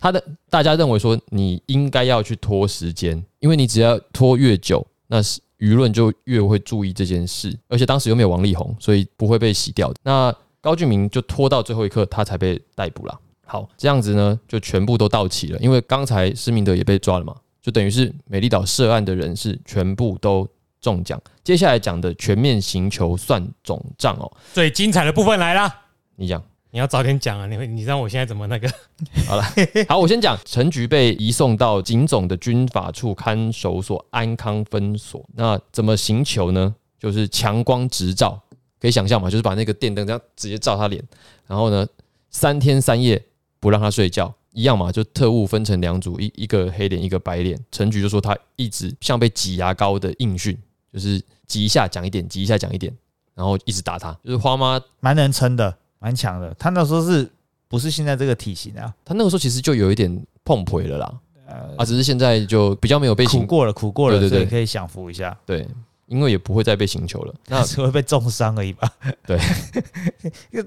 Speaker 1: 他的大家认为说你应该要去拖时间，因为你只要拖越久，那是舆论就越会注意这件事。而且当时又没有王力宏，所以不会被洗掉。那高俊明就拖到最后一刻，他才被逮捕了。好，这样子呢，就全部都到齐了，因为刚才施明德也被抓了嘛，就等于是美丽岛涉案的人士全部都中奖。接下来讲的全面行求算总账哦，
Speaker 2: 最精彩的部分来啦！
Speaker 1: 你讲。
Speaker 2: 你要早点讲啊！你会你让我现在怎么那个？
Speaker 1: 好，我先讲，陈菊被移送到警总的军法处看守所安康分所。那怎么行求呢？就是强光直照，可以想象嘛，就是把那个电灯这样直接照他脸，然后呢，三天三夜不让他睡觉，一样嘛，就特务分成两组，一一个黑脸，一个白脸。陈菊就说他一直像被挤牙膏的应讯，就是挤一下讲一点，挤一下讲一点，然后一直打他。就是花妈，
Speaker 3: 蛮能撑的，蛮强的。他那时候是不是现在这个体型啊？
Speaker 1: 她那个时候其实就有一点碰腿了啦，啊，只是现在就比较没有被
Speaker 3: 苦
Speaker 1: 刑
Speaker 3: 过了，苦过了，
Speaker 1: 对对对
Speaker 3: 所以可以享福一下，
Speaker 1: 对，因为也不会再被刑求了。那
Speaker 3: 只会被重伤而已吧？
Speaker 1: 对，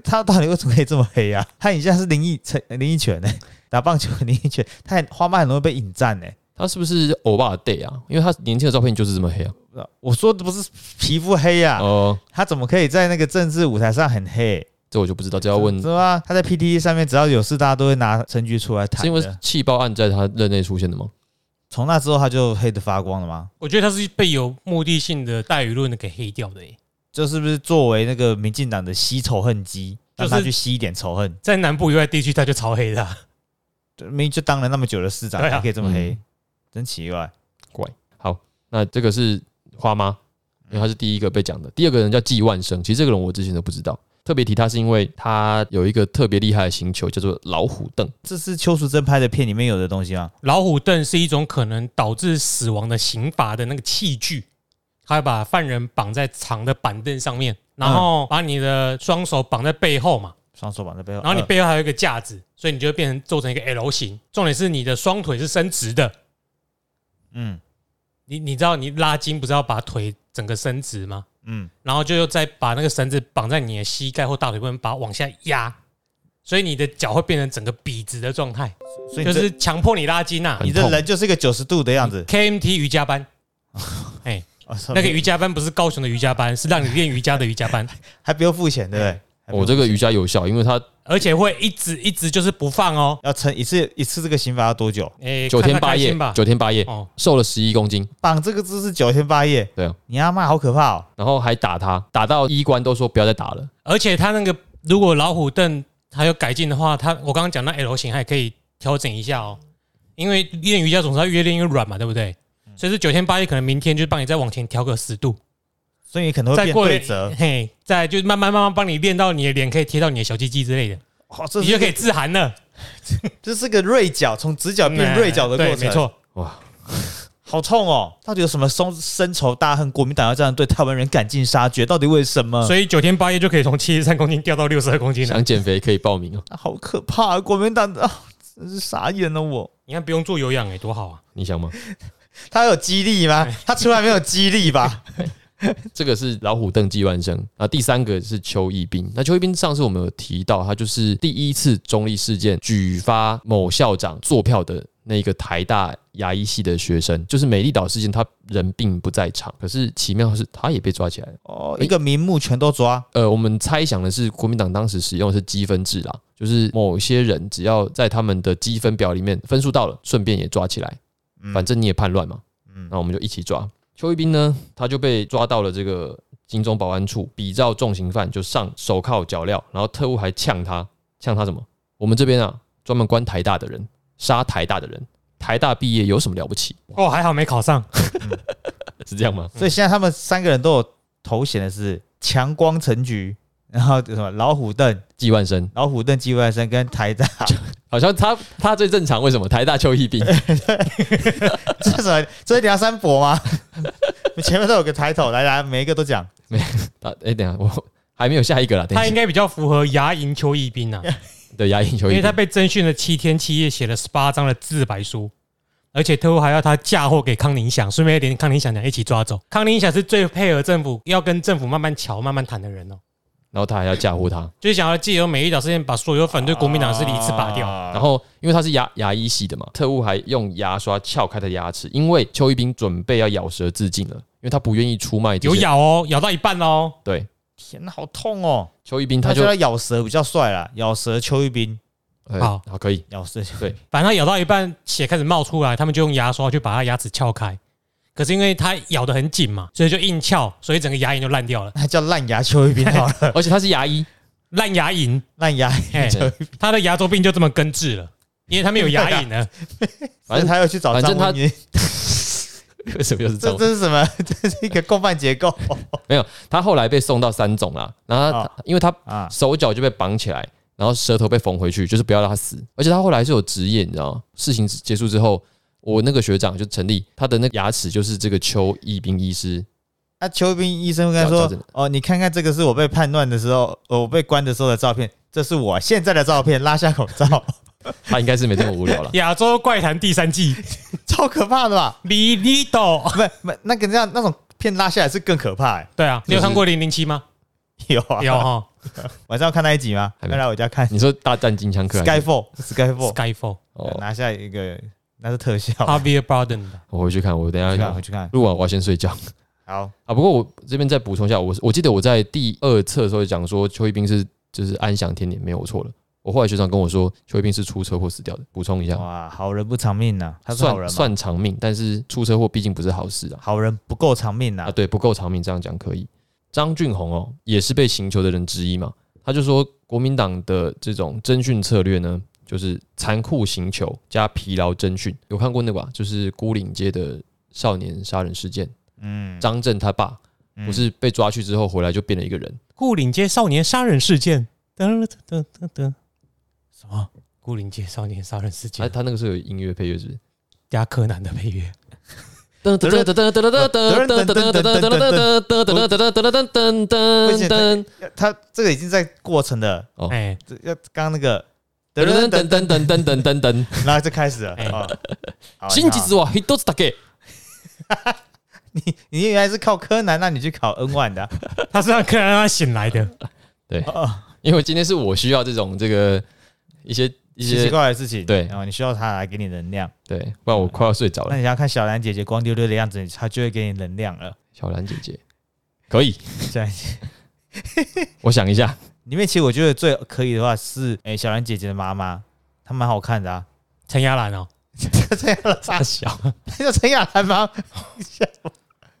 Speaker 3: 他到底为什么可以这么黑啊？ 他以前是林奕晨林奕泉呢、打棒球的林奕泉，他很花妈很容易被引战呢、
Speaker 1: 他是不是欧巴 day 啊？因为他年轻的照片就是这么黑啊。
Speaker 3: 呃我说的不是皮肤黑呀、
Speaker 1: 哦，
Speaker 3: 他怎么可以在那个政治舞台上很黑？
Speaker 1: 这我就不知道，这要问
Speaker 3: 是吧？他在 PTT 上面只要有事，大家都会拿陈菊出来谈
Speaker 1: 是因为
Speaker 3: 的。
Speaker 1: 气爆案在他任内出现的吗？
Speaker 3: 从那之后，他就黑的发光了吗？
Speaker 2: 我觉得他是被有目的性的带舆论的给黑掉的、欸。
Speaker 3: 这是不是作为那个民进党的吸仇恨机，
Speaker 2: 就
Speaker 3: 让
Speaker 2: 是
Speaker 3: 他去吸一点仇恨？
Speaker 2: 在南部以外地区，他就超黑的啊、
Speaker 3: 就明明就当了那么久的市长，
Speaker 2: 对啊
Speaker 3: 还可以这么黑
Speaker 1: 嗯，
Speaker 3: 真奇怪。
Speaker 1: 好，那这个是花妈，因为她是第一个被讲的。第二个人叫季万生，其实这个人我之前都不知道。特别提他是因为他有一个特别厉害的星球，叫做老虎凳。
Speaker 3: 这是邱淑贞拍的片里面有的东西吗？
Speaker 2: 老虎凳是一种可能导致死亡的刑罚的那个器具，他会把犯人绑在长的板凳上面，然
Speaker 3: 嗯
Speaker 2: 后把你的双手绑在背后嘛，
Speaker 3: 双手绑在背后，
Speaker 2: 然后你
Speaker 1: 嗯
Speaker 3: 呃
Speaker 2: 背后还有一个架子，所以你就会变成做成一个 L 型。重点是你的双腿是伸直的，
Speaker 3: 嗯
Speaker 2: 你你知道你拉筋不是要把腿整个伸直吗？
Speaker 3: 嗯，
Speaker 2: 然后就又再把那个绳子绑在你的膝盖或大腿部分，把它往下压，所以你的脚会变成整个笔直的状态，
Speaker 3: 所以
Speaker 2: 就
Speaker 3: 你这
Speaker 2: 是嗯强迫你拉筋呐、啊
Speaker 1: 很
Speaker 3: 你的
Speaker 1: 痛
Speaker 3: 人就是一个九十度的样子。
Speaker 2: KMT 瑜伽班，
Speaker 3: 哦
Speaker 1: 嗯
Speaker 2: 那个
Speaker 3: 没
Speaker 2: 瑜伽班不是高雄的瑜伽班，是让你练瑜伽的瑜 伽班，
Speaker 3: 还不用付钱，对不对？还不用
Speaker 1: 哎哦我、这个瑜伽有效，因为他
Speaker 2: 而且会一直一直就是不放哦。
Speaker 3: 要撑一次一次这个刑罚要多久？
Speaker 2: 诶，
Speaker 1: 九
Speaker 2: 看
Speaker 1: 天
Speaker 2: 他
Speaker 1: 八
Speaker 2: 开
Speaker 1: 夜
Speaker 2: 心吧，
Speaker 1: 九天八夜
Speaker 2: 哦，
Speaker 1: 瘦了十一公斤，
Speaker 3: 绑这个姿势九天八夜，
Speaker 1: 对啊，
Speaker 3: 你阿妈好可怕哦！
Speaker 1: 然后还打他，打到医官都说不要再打了。
Speaker 2: 而且他那个如果老虎凳还有改进的话，他我刚刚讲那 L 型还可以调整一下哦，因为练瑜伽总是要越练越软嘛，对不对？
Speaker 3: 嗯
Speaker 2: 所以是九天八夜，可能明天就帮你再往前调个十度，
Speaker 3: 所以你可能会
Speaker 2: 再
Speaker 3: 变
Speaker 2: 过
Speaker 3: 对
Speaker 2: 一
Speaker 3: 折，
Speaker 2: 嘿，再就慢慢慢慢帮你练到你的脸可以贴到你的小鸡鸡之类的，
Speaker 3: 哦，这
Speaker 2: 你
Speaker 3: 是
Speaker 2: 就可
Speaker 3: 个
Speaker 2: 以自寒了。
Speaker 3: 这是个锐角，从直角变锐角的过
Speaker 2: 哎对，
Speaker 3: 程，
Speaker 2: 没，错。
Speaker 1: 哇，
Speaker 3: 好痛哦！到底有什么深深仇大恨？国民党要这样对台湾人赶尽杀绝，到底为什么？
Speaker 2: 所以九天八夜就可以从七十三公斤掉到六十二公斤了。
Speaker 1: 想减肥可以报名啊，
Speaker 3: 啊好可怕、啊！国民党啊，真是傻眼了我。
Speaker 2: 你看不用做有氧哎、多好啊！
Speaker 1: 你想吗？
Speaker 3: 他有激励吗？他出来没有激 励吧？
Speaker 1: 这个是老虎凳季万生啊，第三个是邱义斌。那邱义斌上次我们有提到，他就是第一次中立事件举发某校长坐票的那个台大牙医系的学生，就是美丽岛事件，他人并不在场，可是奇妙的是他也被抓起来了。
Speaker 3: 哦，一个名目全都抓，
Speaker 1: 呃，我们猜想的是，国民党当时使用的是积分制啦，就是某些人只要在他们的积分表里面分数到了，顺便也抓起来，
Speaker 3: 嗯
Speaker 1: 反正你也叛乱嘛，
Speaker 3: 嗯
Speaker 1: 那我们就一起抓。邱一斌呢，他就被抓到了这个金钟保安处，比照重刑犯就上手铐脚镣，然后特务还呛他，呛他什么？我们这边啊，专门关台大的人，杀台大的人，台大毕业有什么了不起？
Speaker 2: 哦，还好没考上。
Speaker 1: 是这样
Speaker 2: 嗯
Speaker 1: 吗？
Speaker 3: 所以现在他们三个人都有头衔的是强光陈局，然后什么老虎凳、
Speaker 1: 季万生，
Speaker 3: 老虎凳季外生跟台大，
Speaker 1: 好像他他最正常，为什么？台大邱一斌，
Speaker 3: 这是什么？这是梁山伯吗？ 前面都有个抬头，来来，每一个都讲。
Speaker 1: 啊，哎、等一下我还没有下一个啦，等
Speaker 2: 他
Speaker 1: 一
Speaker 2: 应
Speaker 1: 下，
Speaker 2: 该比较符合牙龈邱义斌啊，
Speaker 1: 对，牙龈邱
Speaker 2: 因
Speaker 1: 一
Speaker 2: 为
Speaker 1: 斌
Speaker 2: 他，被侦讯了七天七夜，写了十八张的自白书，而且特务还要他嫁祸给康宁祥，顺便连康宁祥娘一起抓走。康宁祥是最配合政府，要跟政府慢慢瞧、慢慢谈的人哦，
Speaker 1: 然后他还要嫁祸他，
Speaker 2: 就是想要借由美丽岛事件把所有反对国民党的势力一次拔
Speaker 3: 啊
Speaker 2: 掉。
Speaker 1: 然后因为他是牙牙医系的嘛，特务还用牙刷撬开他的牙齿，因为邱一斌准备要咬舌自尽了，因为他不愿意出卖这
Speaker 2: 有
Speaker 1: 些。
Speaker 2: 咬哦，咬到一半哦，
Speaker 1: 对，
Speaker 3: 天哪，好痛哦！
Speaker 1: 邱一斌
Speaker 3: 他
Speaker 1: 他
Speaker 3: 就
Speaker 1: 就
Speaker 3: 要咬蛇比较帅啦，咬蛇邱一斌，
Speaker 1: 呃
Speaker 2: 好
Speaker 1: 好可以，
Speaker 3: 咬蛇邱
Speaker 1: 对
Speaker 2: 反正他咬到一半，血开始冒出来，他们就用牙刷去把他牙齿撬开。可是因为他咬得很紧嘛，所以就硬撬，所以整个牙龈就烂掉了，
Speaker 3: 那叫烂牙邱一斌好了，
Speaker 1: 而且他是牙医，
Speaker 2: 烂牙龈。
Speaker 3: 烂牙，
Speaker 2: 哎，他的牙周病就这么根治了，因为他没有牙龈了。。
Speaker 1: 反
Speaker 3: 反
Speaker 1: 正
Speaker 3: 正他要去找
Speaker 1: 反正
Speaker 3: 张文云，
Speaker 1: 为什么又是这
Speaker 3: 这
Speaker 1: 种？
Speaker 3: 这是什么？ 这是一个共犯结构
Speaker 1: 他后来被送到三总啦，然后他、
Speaker 3: 啊
Speaker 1: 因为他
Speaker 3: 啊！
Speaker 1: 手脚就被绑起来，然后舌头被缝回去，就是不要让他死。而且他后来是有职业，你知道吗？事情结束之后，我那个学长就成立他的那个牙齿就是这个邱义斌医师，
Speaker 3: 那邱一斌医生跟他
Speaker 1: 找
Speaker 3: 说
Speaker 1: 找这个：“
Speaker 3: 哦，你看看这个是我被叛乱的时候，呃我被关的时候的照片，这是我现在的照片，拉下口罩，
Speaker 1: 他应该是没这么无聊了
Speaker 2: 亚洲怪谈第三季，
Speaker 3: 超可怕的吧？
Speaker 2: 李李斗，
Speaker 3: 不不，那个这样那种片拉下来是更可怕、欸。
Speaker 2: 对啊，你有看过零零七吗？
Speaker 3: 有啊，
Speaker 2: 有哈
Speaker 3: 晚上要看那一集吗？
Speaker 1: 还没
Speaker 3: 要来我家看
Speaker 1: 你说大战金枪客还是
Speaker 3: Skyfall Skyfall，
Speaker 2: ，Skyfall，
Speaker 1: 哦，
Speaker 3: 拿下一个那是特效。
Speaker 2: h a r v e y Barden 的。
Speaker 1: 我回去看，我等一
Speaker 3: 回去
Speaker 1: 下
Speaker 3: 看，回去看。
Speaker 1: 录完我要先睡觉。
Speaker 3: 好，
Speaker 1: 啊，不过我这边再补充一下，我我记得我在第二册的时候讲说邱一斌是就是安享天年，没有我错了。我后来学长跟我说，邱一斌是出车祸死掉的。补充一下，
Speaker 3: 哇，好人不长命呐、哦他是好
Speaker 1: 算
Speaker 3: 人吗？
Speaker 1: 算长命，但是出车祸毕竟不是好事啊。
Speaker 3: 好人不够长命呐、
Speaker 1: 啊，对，不够长命，这样讲可以。张俊宏哦，也是被刑求的人之一嘛。他就说，国民党的这种征讯策略呢，就是残酷刑求加疲劳征讯。有看过那个吧？就是孤岭街的少年杀人事件，
Speaker 3: 嗯，
Speaker 1: 张震他爸
Speaker 3: 嗯
Speaker 1: 不是被抓去之后回来就变了一个人。
Speaker 2: 顾岭街少年杀人事件，噔噔噔噔噔，哎
Speaker 3: 什么？
Speaker 2: 顾岭街少年杀人事
Speaker 1: 他
Speaker 2: 件，
Speaker 1: 他那个时候有音乐配乐是不是。
Speaker 2: 加柯南的配乐，
Speaker 1: 噔噔噔噔噔噔噔噔噔噔噔噔噔噔噔噔噔噔噔噔噔。
Speaker 3: 他这个已经在过程了，
Speaker 1: 哦
Speaker 2: 哎
Speaker 3: 这要刚刚那个
Speaker 1: 噔
Speaker 3: 等
Speaker 1: 噔噔
Speaker 3: 等
Speaker 1: 噔噔
Speaker 3: 等等等，
Speaker 1: 噔噔噔噔，
Speaker 3: 然后就开始了。
Speaker 2: 哎
Speaker 3: 哦好
Speaker 1: 新
Speaker 3: 你
Speaker 1: 吉
Speaker 3: 好
Speaker 1: 之王，一都是大概
Speaker 3: 你你原来是靠柯南，那你去考 N 万 的啊、
Speaker 2: 他是让柯南让他醒来的。
Speaker 3: 哦，
Speaker 1: 因为今天是我需要这种这个一些一
Speaker 3: 奇奇
Speaker 1: 些
Speaker 3: 怪怪的事情。
Speaker 1: 对
Speaker 3: 然后你需要他来给你能量。
Speaker 1: 对，不然我快要睡着
Speaker 3: 那
Speaker 1: 了。
Speaker 3: 你要看小兰姐姐光溜溜的样子，她就会给你能量了。
Speaker 1: 小兰姐姐，可以，
Speaker 3: 这样，
Speaker 1: 我想一下，
Speaker 3: 里面其实我觉得最可以的话是，哎、小兰姐姐的妈妈，她蛮好看的啊。
Speaker 2: 陈亚兰哦，
Speaker 3: 陈亚兰，
Speaker 1: 大小
Speaker 3: 叫陈亚兰吗？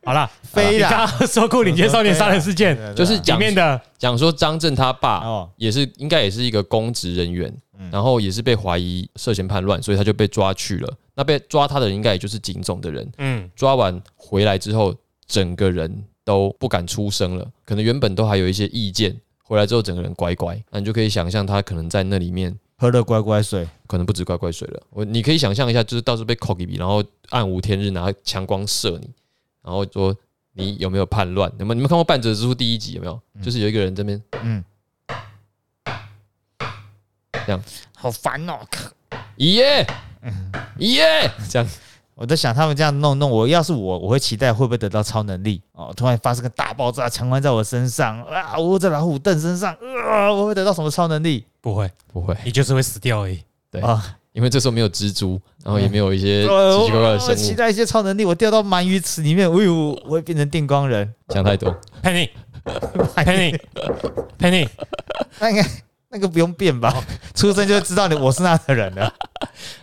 Speaker 2: 好啦，呃嗯
Speaker 3: 飞
Speaker 2: 你
Speaker 3: 啦，
Speaker 2: 刚刚说顾岭街少年杀人事件
Speaker 3: 对啊
Speaker 1: 就是
Speaker 2: 里面的
Speaker 1: 讲说张震他爸
Speaker 3: 哦，
Speaker 1: 也是应该也是一个公职人员，
Speaker 3: 嗯
Speaker 1: 然后也是被怀疑涉嫌叛乱，所以他就被抓去了。那被抓他的人应该也就是警总的人，
Speaker 2: 嗯，
Speaker 1: 抓完回来之后，整个人都不敢出声了，可能原本都还有一些意见，回来之后整个人乖乖，那你就可以想象他可能在那里面。
Speaker 3: 喝了乖乖水，
Speaker 1: 可能不止乖乖水了，我你可以想象一下，就是到处被扣一笔，然后暗无天日拿强光射你，然后说你有没有叛乱？你们你们看过《半泽之书》第一集有没有？就是有一个人这边
Speaker 3: 嗯，
Speaker 1: 这样
Speaker 3: 好烦哦。
Speaker 1: 一耶一耶这样，
Speaker 3: 我在想，他们这样弄弄，我要是我，我会期待会不会得到超能力哦？突然发生个大爆炸，强关在我身上啊！我在老虎凳身上，啊，我会得到什么超能力
Speaker 2: 不会，
Speaker 1: 不会，
Speaker 2: 你就是会死掉而已。
Speaker 1: 对
Speaker 3: 啊？
Speaker 1: 因为这时候没有蜘蛛，然后也没有一些
Speaker 3: 呃
Speaker 1: 奇奇怪怪的
Speaker 3: 我我期
Speaker 1: 生物，
Speaker 3: 待一些超能力，我掉到鳗鱼池里面，哎呦，我会变成电光人。
Speaker 1: 想太多。
Speaker 2: 哎 Penny，Penny，Penny，
Speaker 3: 那应该那个不用变
Speaker 1: 哦
Speaker 3: 吧？出生就知道你我是那的 人了。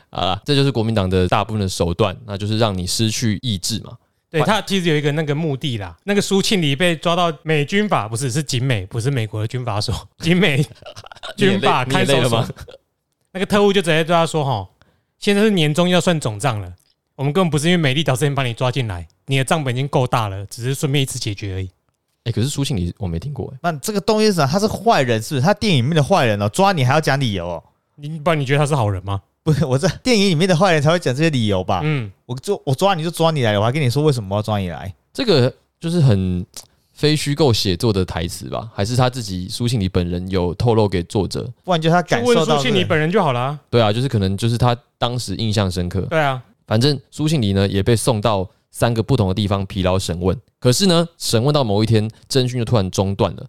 Speaker 1: 好啦，啊这就是国民党的大部分的手段，那就是让你失去意志嘛。
Speaker 2: 对他其实有一个那个目的啦。那个苏庆黎被抓到美军法，不是是警美，不是美国的军法所， 警美军法
Speaker 1: 你也
Speaker 2: 看
Speaker 1: 累
Speaker 2: 守
Speaker 1: 了
Speaker 2: 所
Speaker 1: 吗？。
Speaker 2: 那个特务就直接对他说：“哈，现在是年终要算总账了，我们根本不是因为美丽岛事件把你抓进来，你的账本已经够大了，只是顺便一次解决而已。
Speaker 1: 哎、可是苏庆仪我没听过哎、
Speaker 3: 那这个东西长他是坏人是不是？他电影里面的坏人哦，抓你还要讲理由哦。
Speaker 2: 你不然你觉得他是好人吗？
Speaker 3: 不是，我在电影里面的坏人才会讲这些理由吧？
Speaker 2: 嗯，
Speaker 3: 我就我抓你就抓你来，我还跟你说为什么我要抓你来。
Speaker 1: 这个就是很非虚构写作的台词吧？还是他自己苏庆仪本人有透露给作者？
Speaker 3: 不然就他
Speaker 2: 就
Speaker 3: 感
Speaker 2: 问
Speaker 3: 受到
Speaker 2: 苏
Speaker 3: 这
Speaker 2: 庆黎
Speaker 3: 个。
Speaker 2: 本人就好啦。
Speaker 1: 对啊，就是可能就是他当时印象深刻。
Speaker 2: 对啊，
Speaker 1: 反正苏庆仪呢也被送到三个不同的地方疲劳审问，可是呢审问到某一天，侦讯就突然中断了。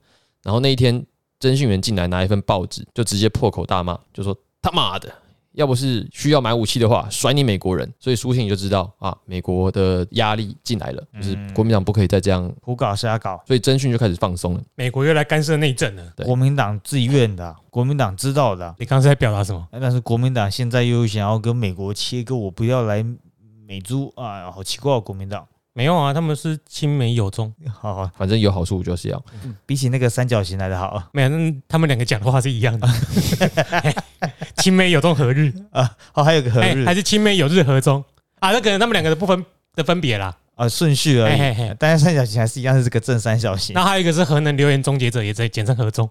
Speaker 1: 然后那一天，侦讯员进来拿一份报纸，就直接破口大骂，就说他妈的，要不是需要买武器的话，甩你美国人。所以苏庆仪就知道啊，美国的压力进来了，就是国民党不可以再这样。
Speaker 3: 胡搞瞎搞，
Speaker 1: 所以侦讯就开始放松了。
Speaker 2: 美国又来干涉内政了。
Speaker 1: 对
Speaker 3: 国民党自愿的啊、国民党知道的啊、
Speaker 2: 你刚才在表达什么？
Speaker 3: 但是国民党现在又想要跟美国切割，我不要来美猪啊，好奇怪、哦，国民党。
Speaker 2: 没有啊，他们是亲美友中，
Speaker 3: 好好，
Speaker 1: 反正有好处就是要，
Speaker 3: 比起那个三角形来的好啊
Speaker 2: 没有，那他们两个讲的话是一 样的。亲美友中和日，
Speaker 3: 啊。好，还有个和
Speaker 2: 哎
Speaker 3: 日
Speaker 2: 还是亲美友日和中啊？那可能他们两个的不分的分别啦。
Speaker 3: 啊顺序而
Speaker 2: 嘿
Speaker 3: 已，
Speaker 2: 嘿嘿，
Speaker 3: 但是三角形还是一样是这个正三角形。
Speaker 2: 那还有一个是核能留言终结者，也在简称核 中。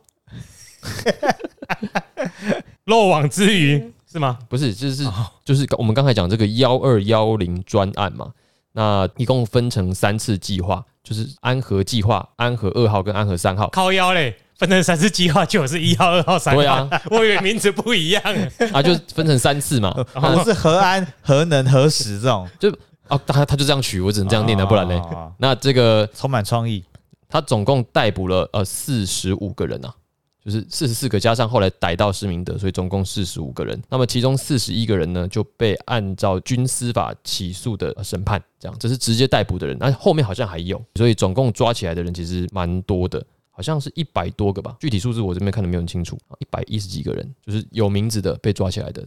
Speaker 2: 漏网之鱼是吗？
Speaker 1: 不是就是就是我们刚才讲这个幺二幺零专案嘛，那一共分成三次计划，就是安和计划、安和二号跟安和三 号。
Speaker 2: 靠腰嘞，分成三次计划，就是一号、二号、三
Speaker 1: 对
Speaker 2: 号。
Speaker 1: 啊，
Speaker 2: 我以为名字不一样，
Speaker 1: 啊，就分成三次 嘛，
Speaker 3: 好像是核安、核能、核实这种，
Speaker 1: 啊，他他就这样取，我只能这样念了，不然嘞。
Speaker 3: 哦
Speaker 1: 那这个
Speaker 3: 充满创意。
Speaker 1: 他总共逮捕了呃四十五个人啊，就是四十四个加上后来逮到施明德，所以总共四十五个人。那么其中四十一个人呢，就被按照军司法起诉的呃审判，这样这是直接逮捕的人。那后面好像还有，所以总共抓起来的人其实蛮多的。好像是一百多个吧，具体数字我这边看的没有很清楚，一百一十几个人，就是有名字的被抓起来的，